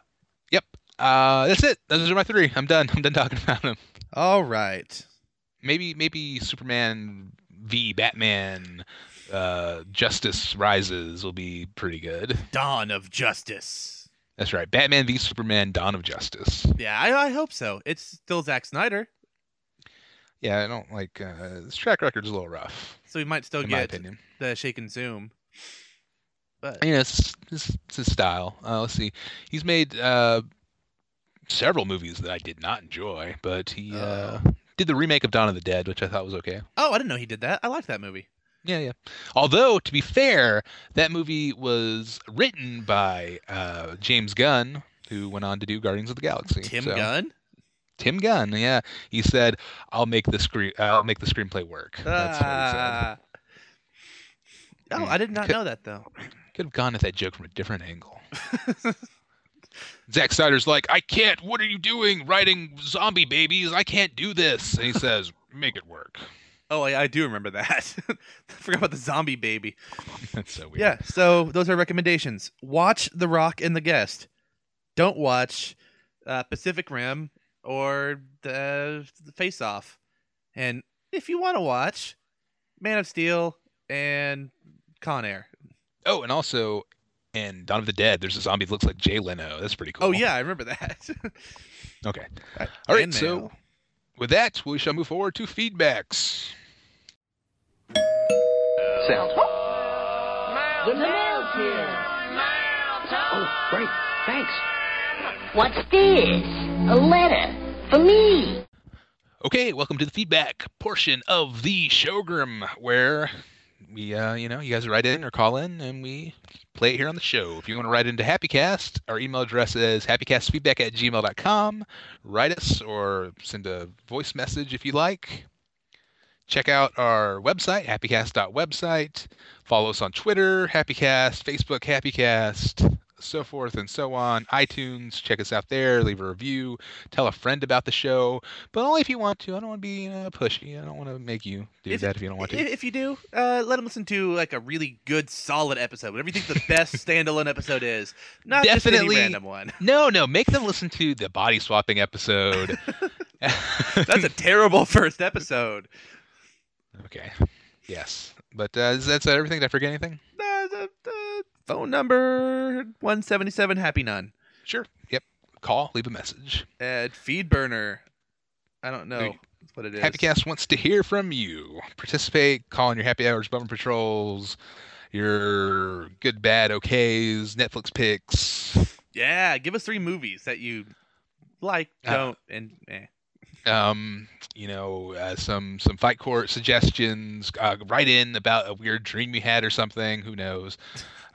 S1: Uh, that's it. Those are my three. I'm done. I'm done talking about them.
S2: All right.
S1: maybe maybe Superman v Batman uh Justice Rises will be pretty good.
S5: Dawn of Justice.
S1: That's right. Batman v Superman Dawn of Justice.
S2: Yeah, I, I hope so. It's still Zack Snyder,
S1: Yeah, I don't like uh his track record's a little rough
S2: so we might still
S1: in my
S2: get
S1: opinion.
S2: the shake and zoom. But
S1: Yeah, it's, it's it's his style. Uh let's see. He's made uh several movies that I did not enjoy, but he uh did the remake of Dawn of the Dead, which I thought was okay.
S2: oh, I didn't know he did that. I liked that movie.
S1: Yeah, yeah. Although to be fair, that movie was written by uh, James Gunn, who went on to do Guardians of the Galaxy.
S2: Tim
S1: So-
S2: Gunn.
S1: Tim Gunn. Yeah, he said, "I'll make the screen. I'll make the screenplay work." That's what he said.
S2: Ah. Oh, I did not
S1: Could-
S2: know that though.
S1: Could have gone at that joke from a different angle. Zack Snyder's like, "I can't. What are you doing? Writing zombie babies? I can't do this." And he says, "Make it work."
S2: Oh, I, I do remember that. I forgot about the zombie baby.
S1: That's so weird.
S2: Yeah. So those are recommendations. Watch The Rock and The Guest. Don't watch uh, Pacific Rim or the, the Face Off. And if you want to watch Man of Steel and Con Air.
S1: Oh, and also. in Dawn of the Dead, there's a zombie that looks like Jay Leno. That's pretty cool.
S2: Oh yeah, I remember that.
S1: Okay.
S2: Right,
S1: All right.
S2: and
S1: So
S2: now.
S1: with that, we shall move forward to feedbacks.
S6: sound?
S7: The mail's here.
S6: Oh, great. Thanks.
S7: What's this? A letter for me.
S1: Okay, welcome to the feedback portion of the showroom where we, uh, you know, you guys write in or call in and we play it here on the show. If you want to write into HappyCast, our email address is happycastfeedback at gmail.com. Write us or send a voice message if you like. Check out our website, happycast.website. Follow us on Twitter, HappyCast, Facebook, HappyCast, so forth and so on. iTunes, check us out there. Leave a review. Tell a friend about the show but only if you want to. I don't want to be you know, pushy. I don't want to make you do
S2: If-
S1: that if you don't want to.
S2: If, if you do, uh, let them listen to like a really good, solid episode. Whatever you think the best standalone episode is, not just
S1: Definitely-
S2: any random one.
S1: no, no, make them listen to the body swapping episode.
S2: That's a terrible first episode.
S1: okay. Yes, but uh, is that's everything. Did I forget anything?
S2: Uh, the, the phone number one seventy seven Happy Nun
S1: Sure. Yep. Call, leave a message.
S2: at Feed Burner. I don't know
S1: Dude.
S2: what it is.
S1: HappyCast wants to hear from you. Participate. Call in your happy hours, bummer patrols, your good, bad, okays, Netflix picks.
S2: Yeah, give us three movies that you like,
S1: Uh,
S2: don't, and eh.
S1: um, you know, uh, some some fight court suggestions. Uh, write in about a weird dream you had or something. Who knows?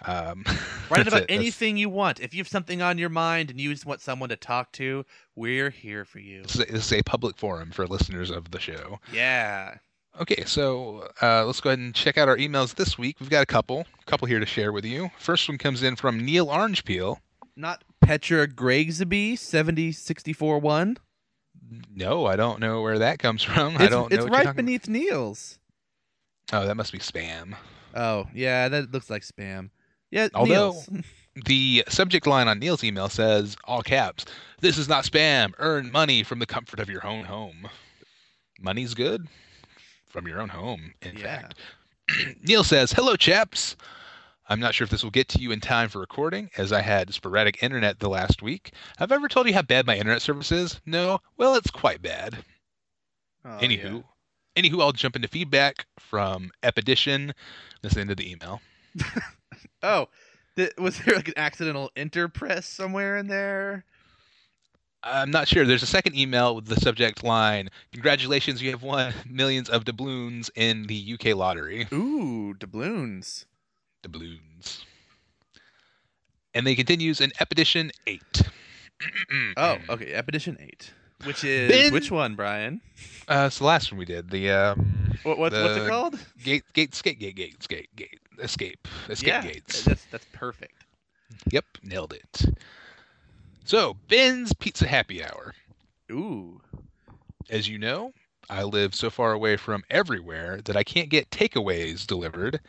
S1: Um,
S2: write
S1: that's
S2: in about
S1: it. That's-
S2: anything you want. If you have something on your mind and you just want someone to talk to, we're here for you.
S1: This is, a, this is a public forum for listeners of the show.
S2: Yeah.
S1: Okay, so uh, let's go ahead and check out our emails this week. We've got a couple, couple here to share with you. First one comes in from Neil Orange Peel.
S2: Not Petra Gregsby, 70641.
S1: No, I don't know where that comes from. I
S2: It's-
S1: don't.
S2: It's
S1: know what
S2: right
S1: you're talking
S2: beneath Neil's.
S1: about. Oh, that must be spam.
S2: Oh, yeah, that looks like spam. Yeah,
S1: Although-
S2: Neil's.
S1: The subject line on Neil's email says, all caps, this is not spam. Earn money from the comfort of your own home. Money's good from your own home, in
S2: Yeah.
S1: fact. Neil says, hello, chaps. I'm not sure if this will get to you in time for recording, as I had sporadic internet the last week. Have I ever told you how bad my internet service is? No? Well, it's quite bad.
S2: Oh,
S1: Anywho, anywho, I'll jump into feedback from Epedition. This is the end of the email.
S2: yeah. Oh, th- was there like an accidental enter press somewhere in there?
S1: I'm not sure. There's a second email with the subject line Congratulations, you have won millions of doubloons in the UK lottery.
S2: Ooh, doubloons.
S1: Doubloons. And then he continues in Epedition 8.
S2: Oh, okay, Expedition 8. Which is
S1: Ben-
S2: which one, Brian?
S1: Uh, it's the last one we did. The um,
S2: What, what what's
S1: The-
S2: it called?
S1: gate, gate, skate, gate, gate, skate, gate, escape, escape
S2: yeah,
S1: gates.
S2: That's that's perfect.
S1: Yep, nailed it. So, Ben's Pizza Happy Hour.
S2: Ooh.
S1: As you know, I live so far away from everywhere that I can't get takeaways delivered,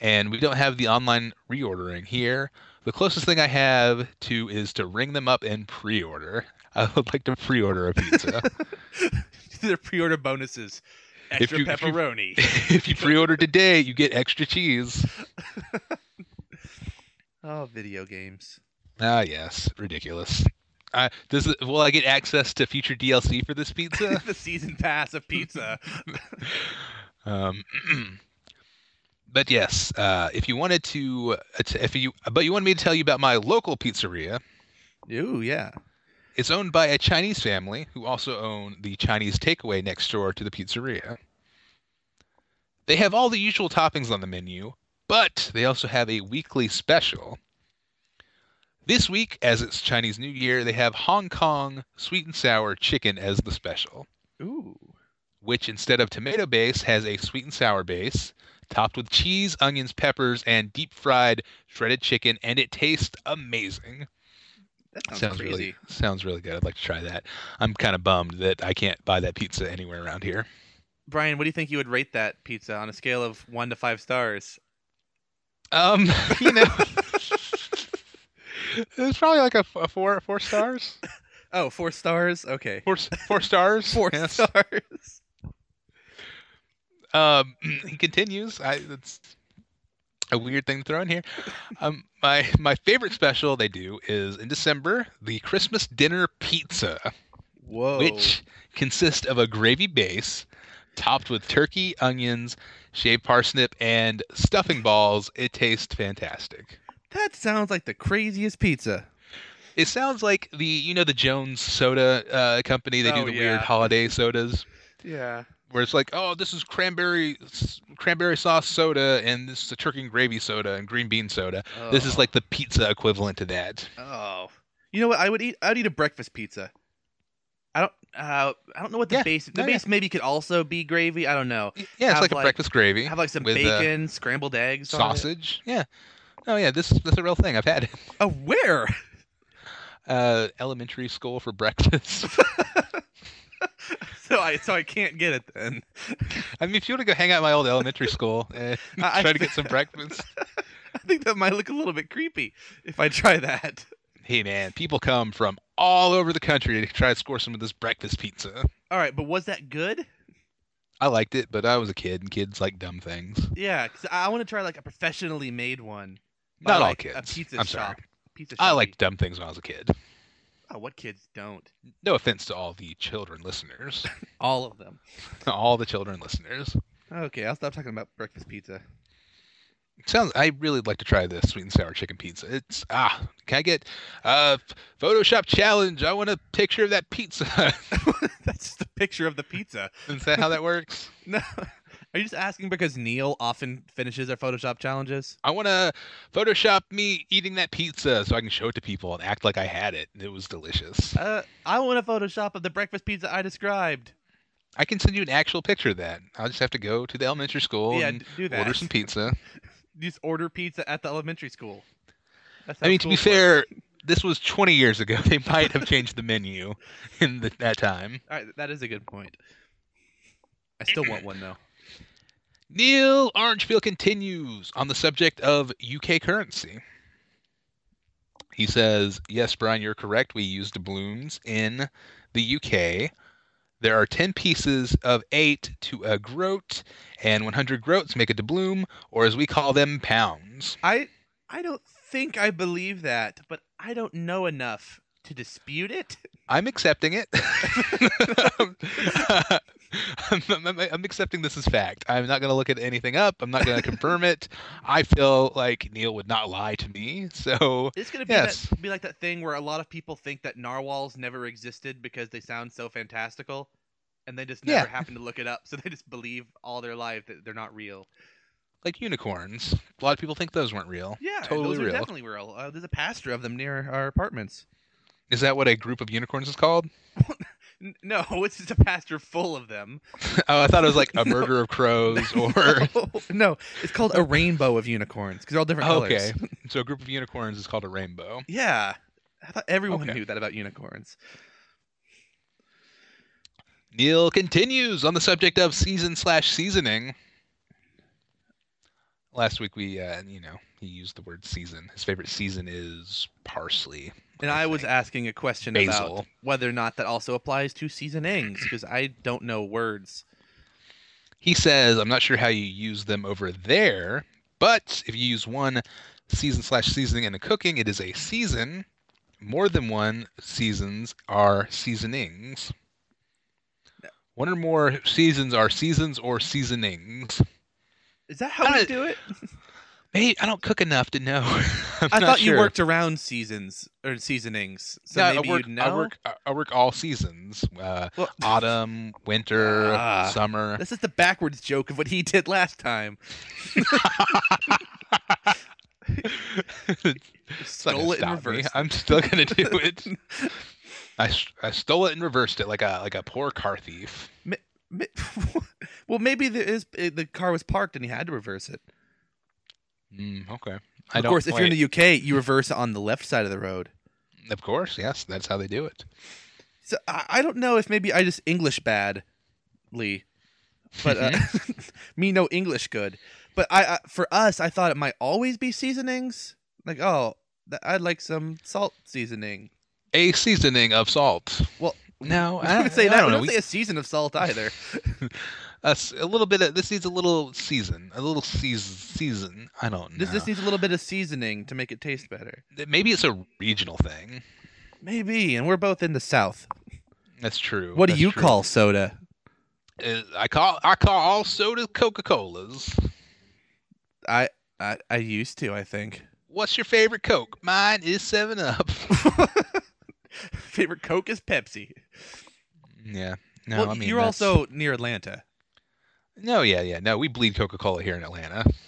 S1: and we don't have the online reordering here. The closest thing I have to is to ring them up and pre order. I would like to pre order a pizza.
S2: Their pre-order bonuses.
S1: If
S2: Extra
S1: you- if you-
S2: pepperoni.
S1: if you pre order today, you get extra cheese.
S2: oh, video games.
S1: Ah, yes, ridiculous. Uh, does it, will I get access to future DLC for this pizza?
S2: the season pass of pizza.
S1: Um, but yes, uh, if you wanted to, if you, but you wanted me to tell you about my local pizzeria.
S2: Ooh, yeah.
S1: It's owned by a Chinese family who also own the Chinese takeaway next door to the pizzeria. They have all the usual toppings on the menu, but they also have a weekly special. This week, as it's Chinese New Year, they have Hong Kong sweet and sour chicken as the special.
S2: Ooh.
S1: which instead of tomato base has a sweet and sour base, topped with cheese, onions, peppers, and deep fried shredded chicken, and it tastes amazing.
S2: That sounds, crazy.
S1: really sounds really good. I'd like to try that. I'm kind of bummed that I can't buy that pizza anywhere around here.
S2: Brian, what do you think you would rate that pizza on a scale of one to five stars?
S1: Um, you know, it's probably like a, f- a four four stars,
S2: Oh, four stars? Okay.
S1: four s- four stars,
S2: Four
S1: yes.
S2: stars.
S1: Um, he continues. I that's a weird thing to throw in here. Um, my my favorite special they do is in December the Christmas dinner pizza,
S2: Whoa. Oh.
S1: which consists of a gravy base topped with turkey, onions, shaved parsnip, and stuffing balls. It tastes fantastic.
S2: That sounds like the craziest pizza.
S1: It sounds like the you know the Jones Soda uh, company. They do
S2: Oh,
S1: the
S2: yeah.
S1: weird holiday sodas
S2: Yeah.
S1: where it's like, oh, this is cranberry s- cranberry sauce soda, and this is a turkey and gravy soda and green bean soda. This is like the pizza equivalent to that.
S2: Oh. You know what? I would eat. I'd eat a breakfast pizza. I don't. Uh, I don't know what the
S1: Yeah.
S2: base. The
S1: No, yeah.
S2: base maybe could also be gravy. I don't know.
S1: Yeah, it's
S2: Have
S1: like a
S2: like-
S1: breakfast gravy.
S2: Have like some
S1: with, uh,
S2: bacon, scrambled eggs, on it.
S1: sausage. Yeah. Oh yeah, this that's a real thing. I've had it.
S2: Oh, where?
S1: Uh, elementary school for breakfast.
S2: so I so I can't get it then.
S1: I mean, if you want to go hang out at my old elementary school and
S2: I-
S1: try to get some breakfast,
S2: I think that might look a little bit creepy if I try that.
S1: hey man, people come from all over the country to try to score some of this breakfast pizza.
S2: All right, but was that good?
S1: I liked it, but I was a kid, and kids like dumb things.
S2: Yeah, 'cause I want to try like a professionally made one. by,
S1: Not all
S2: like,
S1: kids.
S2: A pizza
S1: I'm
S2: shop.
S1: sorry.
S2: Pizza shop.
S1: I liked dumb things when I was a kid.
S2: Oh, what kids don't?
S1: No offense to all the children listeners,
S2: All of them.
S1: all the children listeners.
S2: Okay, I'll stop talking about breakfast pizza.
S1: It sounds. I really like to try this sweet and sour chicken pizza. It's ah. Can I get uh f- Photoshop challenge? I want a picture of that pizza.
S2: That's just a picture of the pizza.
S1: Is that how that works?
S2: No. Are you just asking because Neil often finishes our Photoshop challenges?
S1: I want to Photoshop me eating that pizza so I can show it to people and act like I had it. It was delicious.
S2: Uh, I want a Photoshop of the breakfast pizza I described.
S1: I can send you an actual picture of that. I'll just have to go to the elementary school
S2: yeah,
S1: and
S2: d- do that.
S1: order some pizza.
S2: Just order pizza at the elementary school. That's
S1: I
S2: how
S1: mean, to be
S2: schools
S1: fair,
S2: work.
S1: this was 20 years ago. They might have changed the menu in the, that time.
S2: All right, that is a good point. I still want one though.
S1: Neil Orangefield continues on the subject of UK currency. He says, Yes, Brian, you're correct. We use doubloons in the UK. There are 10 pieces of 8 to a groat, and 100 groats make a doubloon, or as we call them, pounds.
S2: I I don't think I believe that, but I don't know enough to dispute it.
S1: I'm accepting it. I'm, I'm- I'm accepting this as fact. I'm not going to look at anything up. I'm not going to confirm it. I feel like Neil would not lie to me. So,
S2: It's gonna be
S1: Yes.
S2: that, be like that thing where a lot of people think that narwhals never existed because they sound so fantastical, and they just never
S1: Yeah.
S2: happen to look it up, so they just believe all their life that they're not real.
S1: like unicorns, a lot of people think those weren't real.
S2: Yeah,
S1: Totally
S2: those
S1: real.
S2: are definitely real. Uh, there's a pasture of them near our apartments.
S1: Is that what a group of unicorns is called?
S2: N- no, it's just a pasture full of them.
S1: Oh, I thought it was like a murder of crows or.
S2: no, it's called a rainbow of unicorns because they're all different colors.
S1: okay. So a group of unicorns is called a rainbow.
S2: Yeah. I thought everyone
S1: Okay.
S2: knew that about unicorns.
S1: Neil continues on the subject of season slash seasoning. Last week we, uh, you know, he used the word season. His favorite season is parsley.
S2: And I was asking a question about
S1: Basil.
S2: whether or not that also applies to seasonings because I don't know words.
S1: He says, "I'm not sure how you use them over there, but if you use one season slash seasoning in a cooking, it is a season. More than one seasons are seasonings. One or more seasons are seasons or seasonings.
S2: Is that how
S1: I
S2: we
S1: don't-
S2: do it?
S1: Maybe I don't cook enough to know. I'm
S2: I
S1: not
S2: thought you
S1: sure.
S2: worked around seasons or seasonings, so
S1: No,
S2: maybe
S1: I work,
S2: you'd know.
S1: I work. I- I work all seasons: uh,
S2: Well-
S1: autumn, winter,
S2: Ah.
S1: summer.
S2: This is the backwards joke of what he did last time.
S1: It's not gonna
S2: Stole it in
S1: stop me.
S2: reverse.
S1: I'm still gonna do it. I, s- I stole it and reversed it like a like a poor car thief.
S2: Mi- well, maybe there is, eh, the car was parked and he had to reverse it.
S1: Mm, okay. I
S2: Of
S1: don't
S2: course, if you're in
S1: quite-
S2: the UK, you reverse on the left side of the road.
S1: of course, yes, that's how they do it.
S2: So I, I don't know if maybe I just English badly, but uh,
S1: Mm-hmm.
S2: me no English good. But I, I for us, I thought it might always be seasonings. Like oh, th- I'd like some salt seasoning.
S1: A seasoning of salt.
S2: Well,
S1: no,
S2: I
S1: I
S2: would say
S1: I
S2: that.
S1: don't know.
S2: I don't
S1: We-
S2: say a season of salt either.
S1: a, s- a little bit of this needs a little season, a little season. Season. I don't know.
S2: This this needs a little bit of seasoning to make it taste better.
S1: Maybe it's a regional thing.
S2: Maybe, and we're both in the South.
S1: That's true.
S2: What do
S1: that's
S2: you
S1: true.
S2: call soda?
S1: Uh, I call I call all soda Coca Colas.
S2: I, I I used to. I think
S1: What's your favorite Coke? Mine is Seven Up.
S2: favorite Coke is Pepsi.
S1: yeah. No,
S2: well,
S1: I mean
S2: you're
S1: that's-
S2: also near Atlanta.
S1: no, yeah, yeah, no. We bleed Coca Cola here in Atlanta.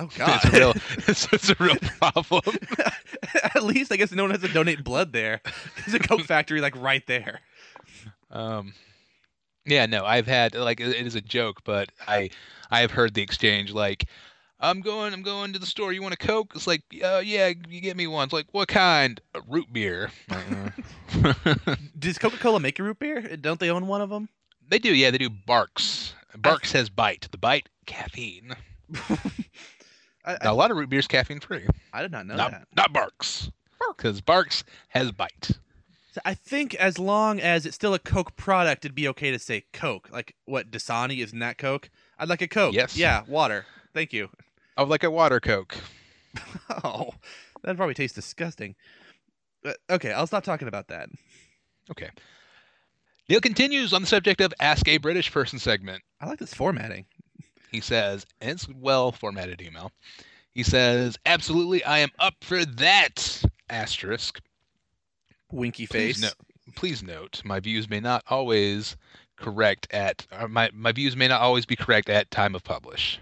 S2: Oh God,
S1: It's a real, it's, it's a real problem.
S2: At least I guess no one has to donate blood there. There's a Coke factory like right there.
S1: Um, yeah, no, I've had like it it is a joke, but I I have heard the exchange like, I'm going, I'm going to the store. You want a Coke? It's like, uh, yeah, you get me one. It's like, what kind? A root beer. I'm like,
S2: Uh-uh.
S1: "Uh."
S2: Does Coca-Cola make a root beer? Don't they own one of them?
S1: they do, yeah, they do. Barks. Barks has bite. The bite caffeine.
S2: I,
S1: Now,
S2: I,
S1: a lot of root beers caffeine free.
S2: I did not know
S1: Not
S2: that.
S1: not Barks. Because Barks has bite.
S2: So I think as long as it's still a Coke product, it'd be okay to say Coke. Like what Dasani isn't that Coke? I'd like a Coke.
S1: Yes.
S2: Yeah, water. Thank you.
S1: I would like a water Coke.
S2: Oh, that probably tastes disgusting. But, okay, I'll stop talking about that.
S1: Okay. Neil continues on the subject of Ask a British Person segment.
S2: I like this formatting.
S1: He says, and it's well formatted email. He says, absolutely, I am up for that. Asterisk.
S2: Winky
S1: Please
S2: face.
S1: no- Please note, my views may not always correct at uh, my my views may not always be correct at time of publish.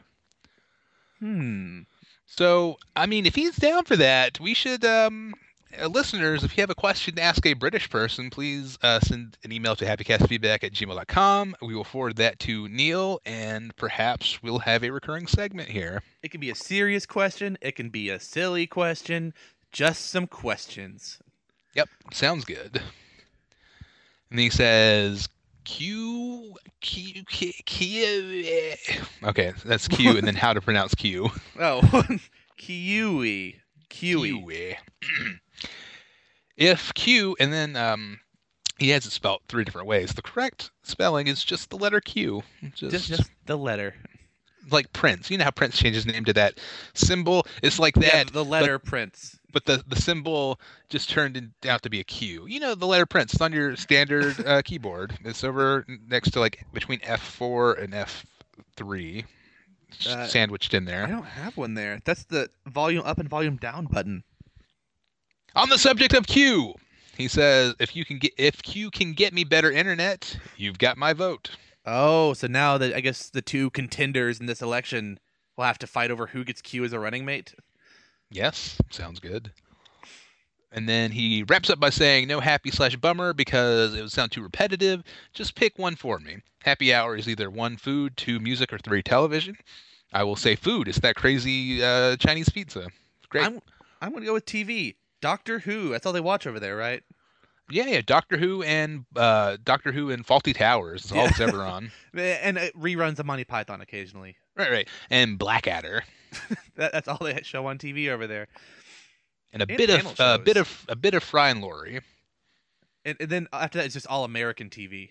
S2: Hmm.
S1: So, I mean, if he's down for that, we should. Um, uh, listeners, if you have a question to ask a British person, please uh, send an email to happycastfeedback at gmail.com. We will forward that to Neil, and perhaps we'll have a recurring segment here.
S2: It can be a serious question. It can be a silly question. Just some questions.
S1: Yep, sounds good. And he says, Q, Q, Q, Q. eh. Okay, that's Q, and then how to pronounce Q.
S2: Oh, E. kiwi. Kiwi.
S1: Kiwi. if Q, and then um, he has it spelled three different ways. The correct spelling is just the letter Q. Just,
S2: Just, just the letter.
S1: like Prince. You know how Prince changed his name to that symbol? It's like
S2: Yeah,
S1: that,
S2: the letter prints.
S1: but the, the symbol just turned in, out to be a Q. You know the letter Prince. It's on your standard uh, keyboard. It's over n- next to like between F4 and F3, s-
S2: Uh,
S1: sandwiched in there.
S2: I don't have one there. That's the volume up and volume down button.
S1: On the subject of Q, he says, "If you can get, if Q can get me better internet, you've got my vote."
S2: Oh, so now that I guess the two contenders in this election will have to fight over who gets Q as a running mate.
S1: Yes, sounds good. And then he wraps up by saying, "No happy slash bummer because it would sound too repetitive. Just pick one for me. Happy hour is either one food, two music, or three television. I will say food. It's that crazy uh, Chinese pizza. Great.
S2: I'm I'm gonna go with TV. Doctor Who. That's all they watch over there, right?
S1: yeah, yeah. Doctor Who and uh, Doctor Who and Faulty Towers is all
S2: Yeah.
S1: it's ever on.
S2: And uh, reruns of Monty Python occasionally.
S1: Right, right. And Blackadder."
S2: That, that's all they show on TV over there.
S1: and a
S2: And
S1: bit
S2: panel
S1: of a bit
S2: shows.
S1: of a bit of Fry and Laurie.
S2: And, and then after that, it's just all American TV.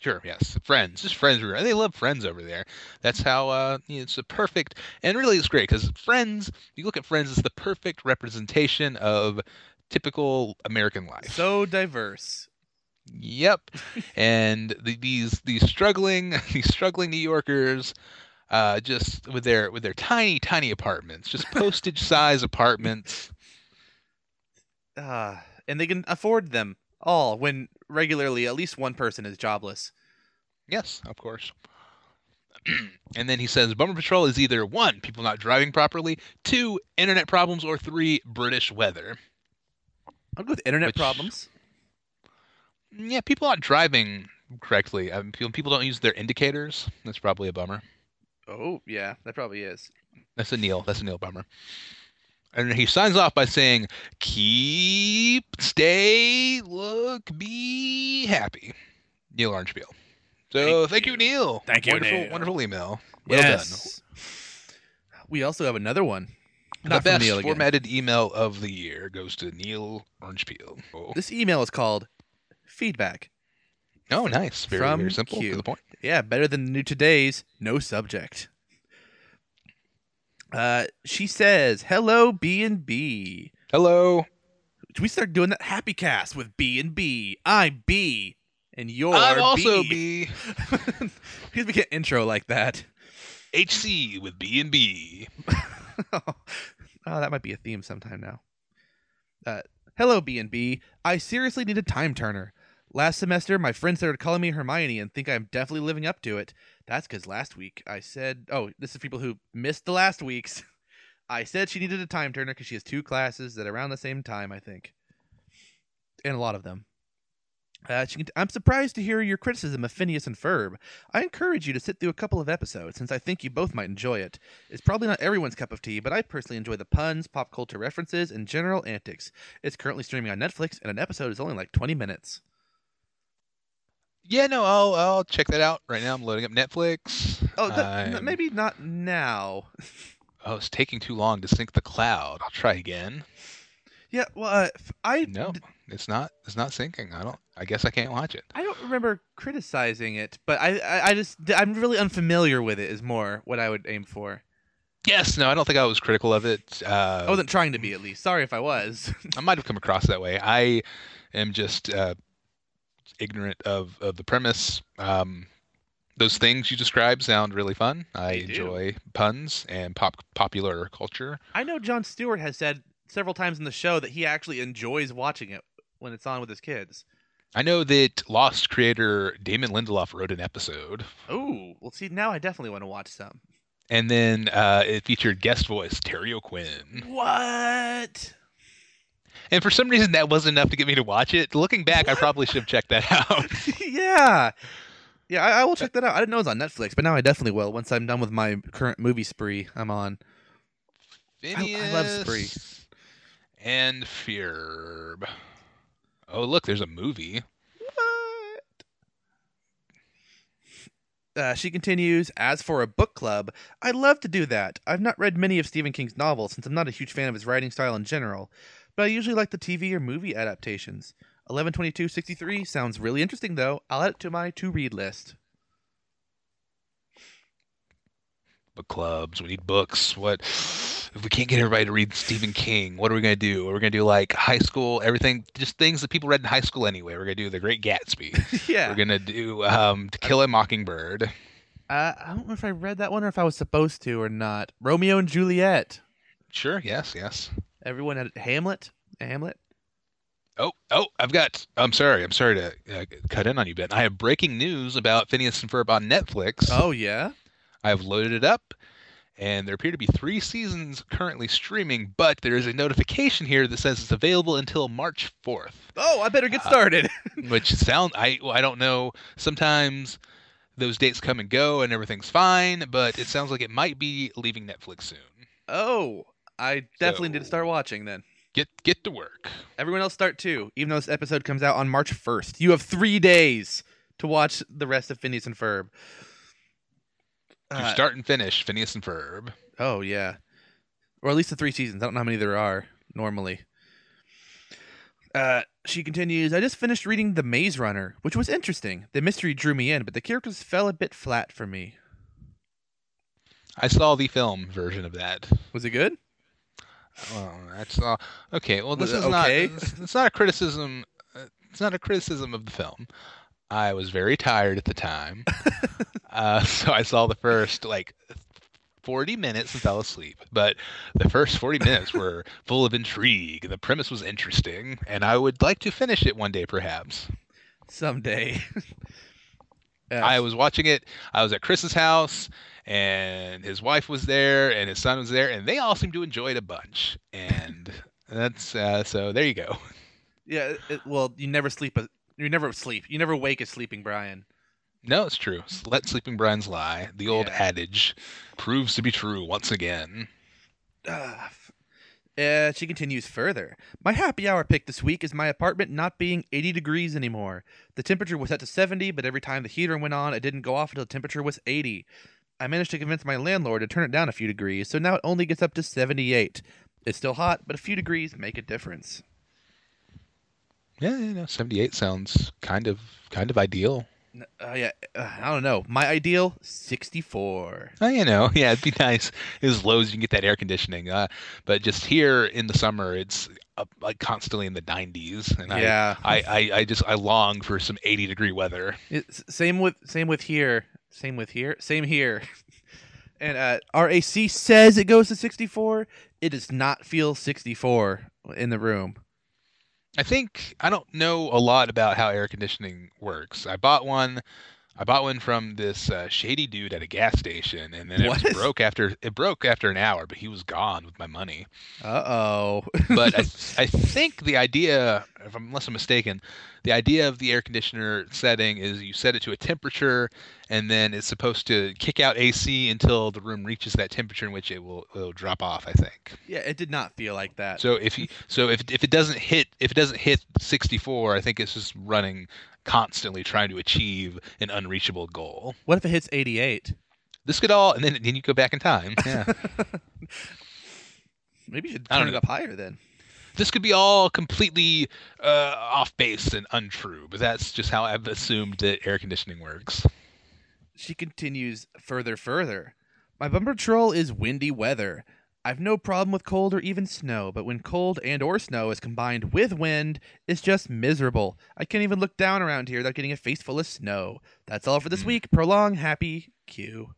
S1: Sure, yes, Friends, just Friends. everywhere. They love Friends over there. That's how uh, you know, it's a perfect and really it's great because Friends. You look at Friends, it's the perfect representation of typical American life.
S2: So diverse.
S1: Yep. and the, these these struggling these struggling New Yorkers uh, just with their with their tiny tiny apartments, just postage size apartments.
S2: Uh, and they can afford them all when regularly at least one person is jobless.
S1: Yes, of course. and then he says Bummer Patrol is either one, people not driving properly, two, internet problems, or three, British weather.
S2: I'll go with internet
S1: Which-
S2: problems.
S1: Yeah, people not driving correctly. I mean, people, people don't use their indicators. That's probably a bummer.
S2: Oh, yeah, that probably is.
S1: That's a Neil. That's a Neil bummer. And he signs off by saying, Keep, stay, look, be happy. Neil Orangefield. So thank,
S5: Thank
S1: you.
S5: you.
S1: Neil.
S5: Thank you,
S1: wonderful,
S5: Neil.
S1: Wonderful email. Well done.
S2: We also have another one.
S1: the
S2: Not from
S1: best
S2: Neil again.
S1: formatted email of the year goes to Neil Orange Peel. Oh,
S2: This email is called Feedback.
S1: oh, nice. Very,
S2: from
S1: very simple
S2: Q.
S1: to the point.
S2: Yeah, better than the new today's no subject. Uh, she says, "Hello B and B."
S1: Hello.
S2: Do we start doing that happy cast with B and B? I'm B and you're
S1: I'd also
S2: B.
S1: be
S2: Because we can't intro like that.
S1: HC with B and B.
S2: oh, that might be a theme sometime now. Uh, hello, B and B. I seriously need a time turner. Last semester, my friend started calling me Hermione and think I'm definitely living up to it. That's because last week I said, oh, this is people who missed the last week's. I said she needed a time turner because she has two classes that are around the same time, I think, and a lot of them. Uh, she, cont- I'm surprised to hear your criticism of Phineas and Ferb. I encourage you to sit through a couple of episodes since I think you both might enjoy it. It's probably not everyone's cup of tea, but I personally enjoy the puns, pop culture references, and general antics. It's currently streaming on Netflix, and an episode is only like 20 minutes.
S1: Yeah, no, I'll I'll check that out right now. I'm loading up Netflix.
S2: Oh, th- n-
S1: I'm-
S2: maybe not now.
S1: Oh, it's taking too long to sync the cloud. I'll try again.
S2: Yeah, well, uh, f- I
S1: No,
S2: d-
S1: it's not. It's not syncing. I don't. I guess I can't watch it.
S2: I don't remember criticizing it, but I, I, I just d- I'm really unfamiliar with it. Is more what I would aim for.
S1: Yes, no, I don't think I was critical of it. Uh,
S2: I wasn't trying to be, at least. Sorry if I was.
S1: I might have come across that way. I am just uh, ignorant of, of the premise. Um, those things you describe sound really fun. I
S2: They do.
S1: enjoy puns and pop popular culture.
S2: I know John Stewart has said several times in the show that he actually enjoys watching it when it's on with his kids.
S1: I know that Lost creator Damon Lindelof wrote an episode,
S2: Oh, well, see, now I definitely want to watch some.
S1: and then uh, it featured guest voice Terry O'Quinn.
S2: What?
S1: And for some reason, that wasn't enough to get me to watch it. Looking back, I probably should have checked that out.
S2: yeah. Yeah, I, I will check that out. I didn't know it was on Netflix, but now I definitely will once I'm done with my current movie spree I'm on. I- I love Spree.
S1: Phineas And Ferb. Oh, look, there's a movie.
S2: Uh, she continues, as for a book club, I'd love to do that. I've not read many of Stephen King's novels since I'm not a huge fan of his writing style in general, but I usually like the TV or movie adaptations. 112263 sounds really interesting, though. I'll add it to my to read list.
S1: Book clubs. We need books. What if we can't get everybody to read Stephen King? What are we gonna do? Are we gonna do like high school? Everything, just things that people read in high school anyway. We're gonna do The Great Gatsby.
S2: yeah.
S1: We're gonna do um, To Kill a Mockingbird.
S2: Uh, I don't know if I read that one or if I was supposed to or not. Romeo and Juliet.
S1: Sure. Yes. Yes.
S2: Everyone had Hamlet. Hamlet.
S1: Oh, oh, I've got. I'm sorry. I'm sorry to uh, cut in on you, Ben. I have breaking news about Phineas and Ferb on Netflix.
S2: Oh yeah.
S1: I've loaded it up, and there appear to be three seasons currently streaming, but there is a notification here that says it's available until March 4th,
S2: Oh, I better get
S1: Uh,
S2: started.
S1: which sound I well, I don't know. Sometimes those dates come and go, and everything's fine, but it sounds like it might be leaving Netflix soon.
S2: oh, I definitely need to start
S1: So-
S2: watching then.
S1: Get get to work.
S2: Everyone else start too. Even though this episode comes out on March first, you have three days to watch the rest of Phineas and Ferb.
S1: Do
S2: Uh,
S1: start and finish Phineas and Ferb.
S2: Oh yeah, or at least the three seasons. I don't know how many there are normally. Uh, she continues. I just finished reading The Maze Runner, which was interesting. The mystery drew me in, but the characters fell a bit flat for me.
S1: I saw the film version of that.
S2: Was it good?
S1: Well, that's all. Okay. Well,
S2: Was
S1: this
S2: it
S1: is not.
S2: okay?
S1: It's, it's not a criticism. uh, It's not a criticism of the film. I was very tired at the time, uh, so I saw the first like forty minutes and fell asleep. But the first forty minutes were full of intrigue. and The premise was interesting, and I would like to finish it one day, perhaps.
S2: Someday. uh,
S1: I was watching it. I was at Chris's house, and his wife was there, and his son was there, and they all seemed to enjoy it a bunch. And that's uh, so. There you go.
S2: yeah. it- well, you never sleep. A, you never sleep. You never wake a sleeping Brian.
S1: No, it's true. S- Let sleeping Brian's lie. The old
S2: Yeah.
S1: adage proves to be true once again.
S2: Ugh. Ah, Uh, she continues further. My happy hour pick this week is my apartment not being 80 degrees anymore. The temperature was set to 70, but every time the heater went on, it didn't go off until the temperature was 80. I managed to convince my landlord to turn it down a few degrees, so now it only gets up to 78. It's still hot, but a few degrees make a difference.
S1: Yeah, you know, 78 sounds kind of kind of ideal.
S2: N- Uh, yeah, uh, I don't know. My ideal 64.
S1: Oh, you know, yeah, it'd be nice as low as you can get that air conditioning. Uh, but just here in the summer, it's up like constantly in the 90s, and
S2: yeah.
S1: I, I, I, I just I long for some 80 degree weather.
S2: It's, same with same with here. Same with here. Same here. and uh, RAC says it goes to 64. It does not feel 64 in the room.
S1: I think I don't know a lot about how air conditioning works. I bought one. I bought one from this uh, shady dude at a gas station, and then it
S2: What?
S1: was broke after it broke after an hour. But he was gone with my money.
S2: Uh oh.
S1: But I, I think the idea, if I'm, unless I'm mistaken, the idea of the air conditioner setting is you set it to a temperature, and then it's supposed to kick out AC until the room reaches that temperature in which it will it'll drop off. I think.
S2: yeah, it did not feel like that.
S1: So if you so if if it doesn't hit if it doesn't hit 64, I think it's just running constantly trying to achieve an unreachable goal.
S2: what if it hits 88?
S1: This could all and then then you go back in time. Yeah.
S2: Maybe you should
S1: I
S2: turn
S1: don't
S2: it
S1: know.
S2: up higher then.
S1: this could be all completely uh, off base and untrue, but that's just how I've assumed that air conditioning works.
S2: She continues further, further. My bumper troll is windy weather. I've no problem with cold or even snow, but when cold and or snow is combined with wind, it's just miserable. I can't even look down around here without getting a face full of snow. That's all for this
S1: Hmm.
S2: week. Prolong happy Q.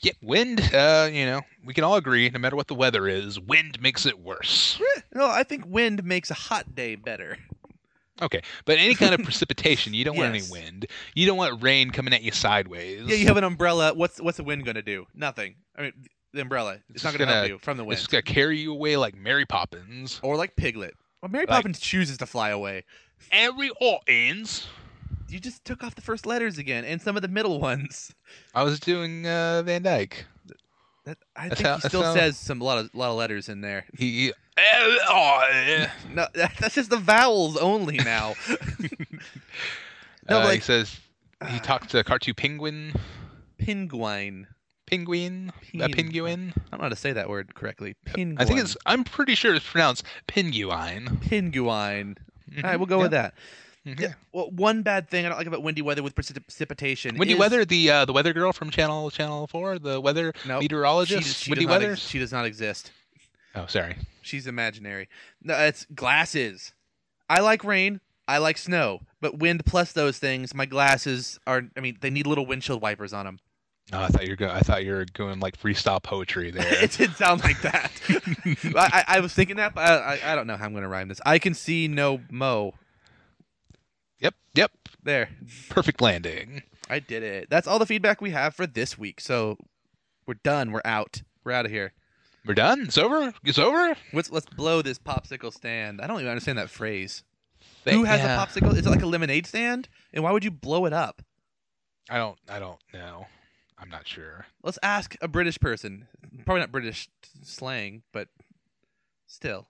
S1: Yep, wind. Uh, you know, we can all agree, no matter what the weather is, wind makes it worse.
S2: No, I think wind makes a hot day better.
S1: Okay, but any kind of precipitation, you don't want any
S2: Yes.
S1: wind. You don't want rain coming at you sideways.
S2: Yeah, you have an umbrella. What's what's the wind gonna do? Nothing. I mean, the umbrella. It's,
S1: It's
S2: not
S1: just
S2: gonna, help
S1: gonna-
S2: you from the wind.
S1: It's just gonna carry you away like Mary Poppins.
S2: Or like Piglet. Well, Mary
S1: Like-
S2: Poppins chooses to fly away.
S1: Every Orton's.
S2: You just took off the first letters again and some of the middle ones.
S1: I was doing uh, Van Dyke.
S2: That, I
S1: That's
S2: think
S1: how-
S2: he
S1: that's
S2: still
S1: how-
S2: says some lot of lot of letters in there.
S1: He, he- Uh,
S2: No, that's just the vowels only now. No, but
S1: he
S2: like- uh,
S1: says he talked to Cartoon Penguin,
S2: Pinguine.
S1: Penguin, a
S2: Pin-
S1: penguin.
S2: I don't know how to say that word correctly. Pinguine.
S1: I think it's. I'm pretty sure it's pronounced penguin.
S2: pinguine. All right,
S1: Mm-hmm.
S2: we'll go with that. Yeah. Well, one bad thing I don't like about windy weather with precipi- precipitation.
S1: Windy
S2: is-
S1: Weather, the uh, the weather girl from Channel Channel Four, the weather
S2: Nope. Oh, She,
S1: meteorologist.
S2: does- she, does
S1: Windy
S2: not
S1: Weather.
S2: ex- she does not exist.
S1: oh, sorry.
S2: She's imaginary. No, it's glasses. I like rain. I like snow. But wind plus those things, my glasses are. I mean, they need little windshield wipers on them.
S1: Oh, I thought you were going. I thought you were going like freestyle poetry there.
S2: it did sound like that. I, I, I was thinking that, but I, I, I don't know how I'm going to rhyme this. I can see no mo.
S1: yep, yep.
S2: There.
S1: Perfect landing.
S2: I did it. That's all the feedback we have for this week. So we're done. We're out. We're out of here.
S1: We're done. It's over. It's over.
S2: Let's let's blow this popsicle stand. I don't even understand that phrase.
S1: They-
S2: Who has
S1: yeah.
S2: a popsicle? Is it like a lemonade stand? And why would you blow it up?
S1: I don't. I don't know. I'm not sure.
S2: Let's ask a British person. Probably not British slang, but still.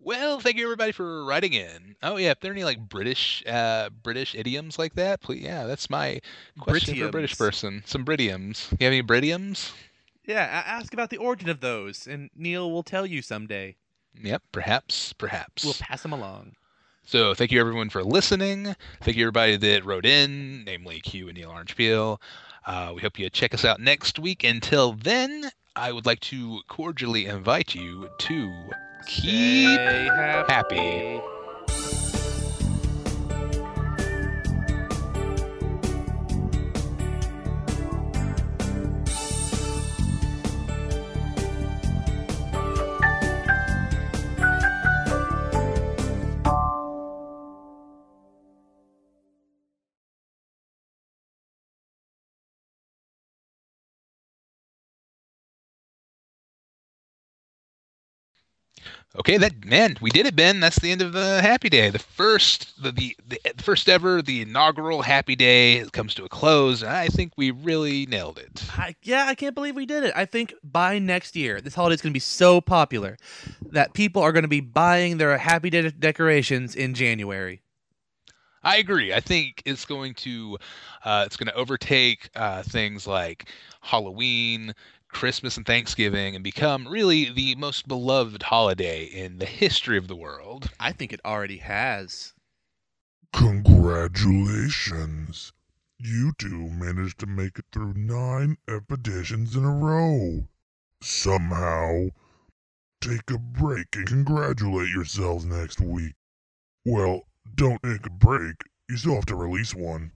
S1: Well, thank you everybody for writing in. Oh yeah, if there are any like British, uh, British idioms like that, please. Yeah, that's my question for a British
S2: Britiums.
S1: person. Some Britidioms. You have any Britidioms?
S2: Yeah, a- ask about the origin of those, and Neil will tell you someday.
S1: Yep, perhaps, perhaps.
S2: We'll pass them along.
S1: So thank you everyone for listening. Thank you everybody that wrote in, namely Q and Neil Orange Peel. Uh, we hope you check us out next week. Until then, I would like to cordially invite you to keep
S2: Stay
S1: happy. Okay, that man, we did it, Ben. That's the end of the Happy Day. The first, the the, the first ever, the inaugural Happy Day comes to a close, and I think we really nailed it.
S2: I, yeah, I can't believe we did it. I think by next year, this holiday is going to be so popular that people are going to be buying their Happy Day decorations in January.
S1: I agree. I think it's going to, uh, it's going to overtake uh, things like Halloween, Christmas, and Thanksgiving, and become really the most beloved holiday in the history of the world.
S2: I think it already has.
S8: Congratulations! You two managed to make it through nine epidissions in a row. Somehow. Take a break and congratulate yourselves next week. Well, don't take a break. You still have to release one.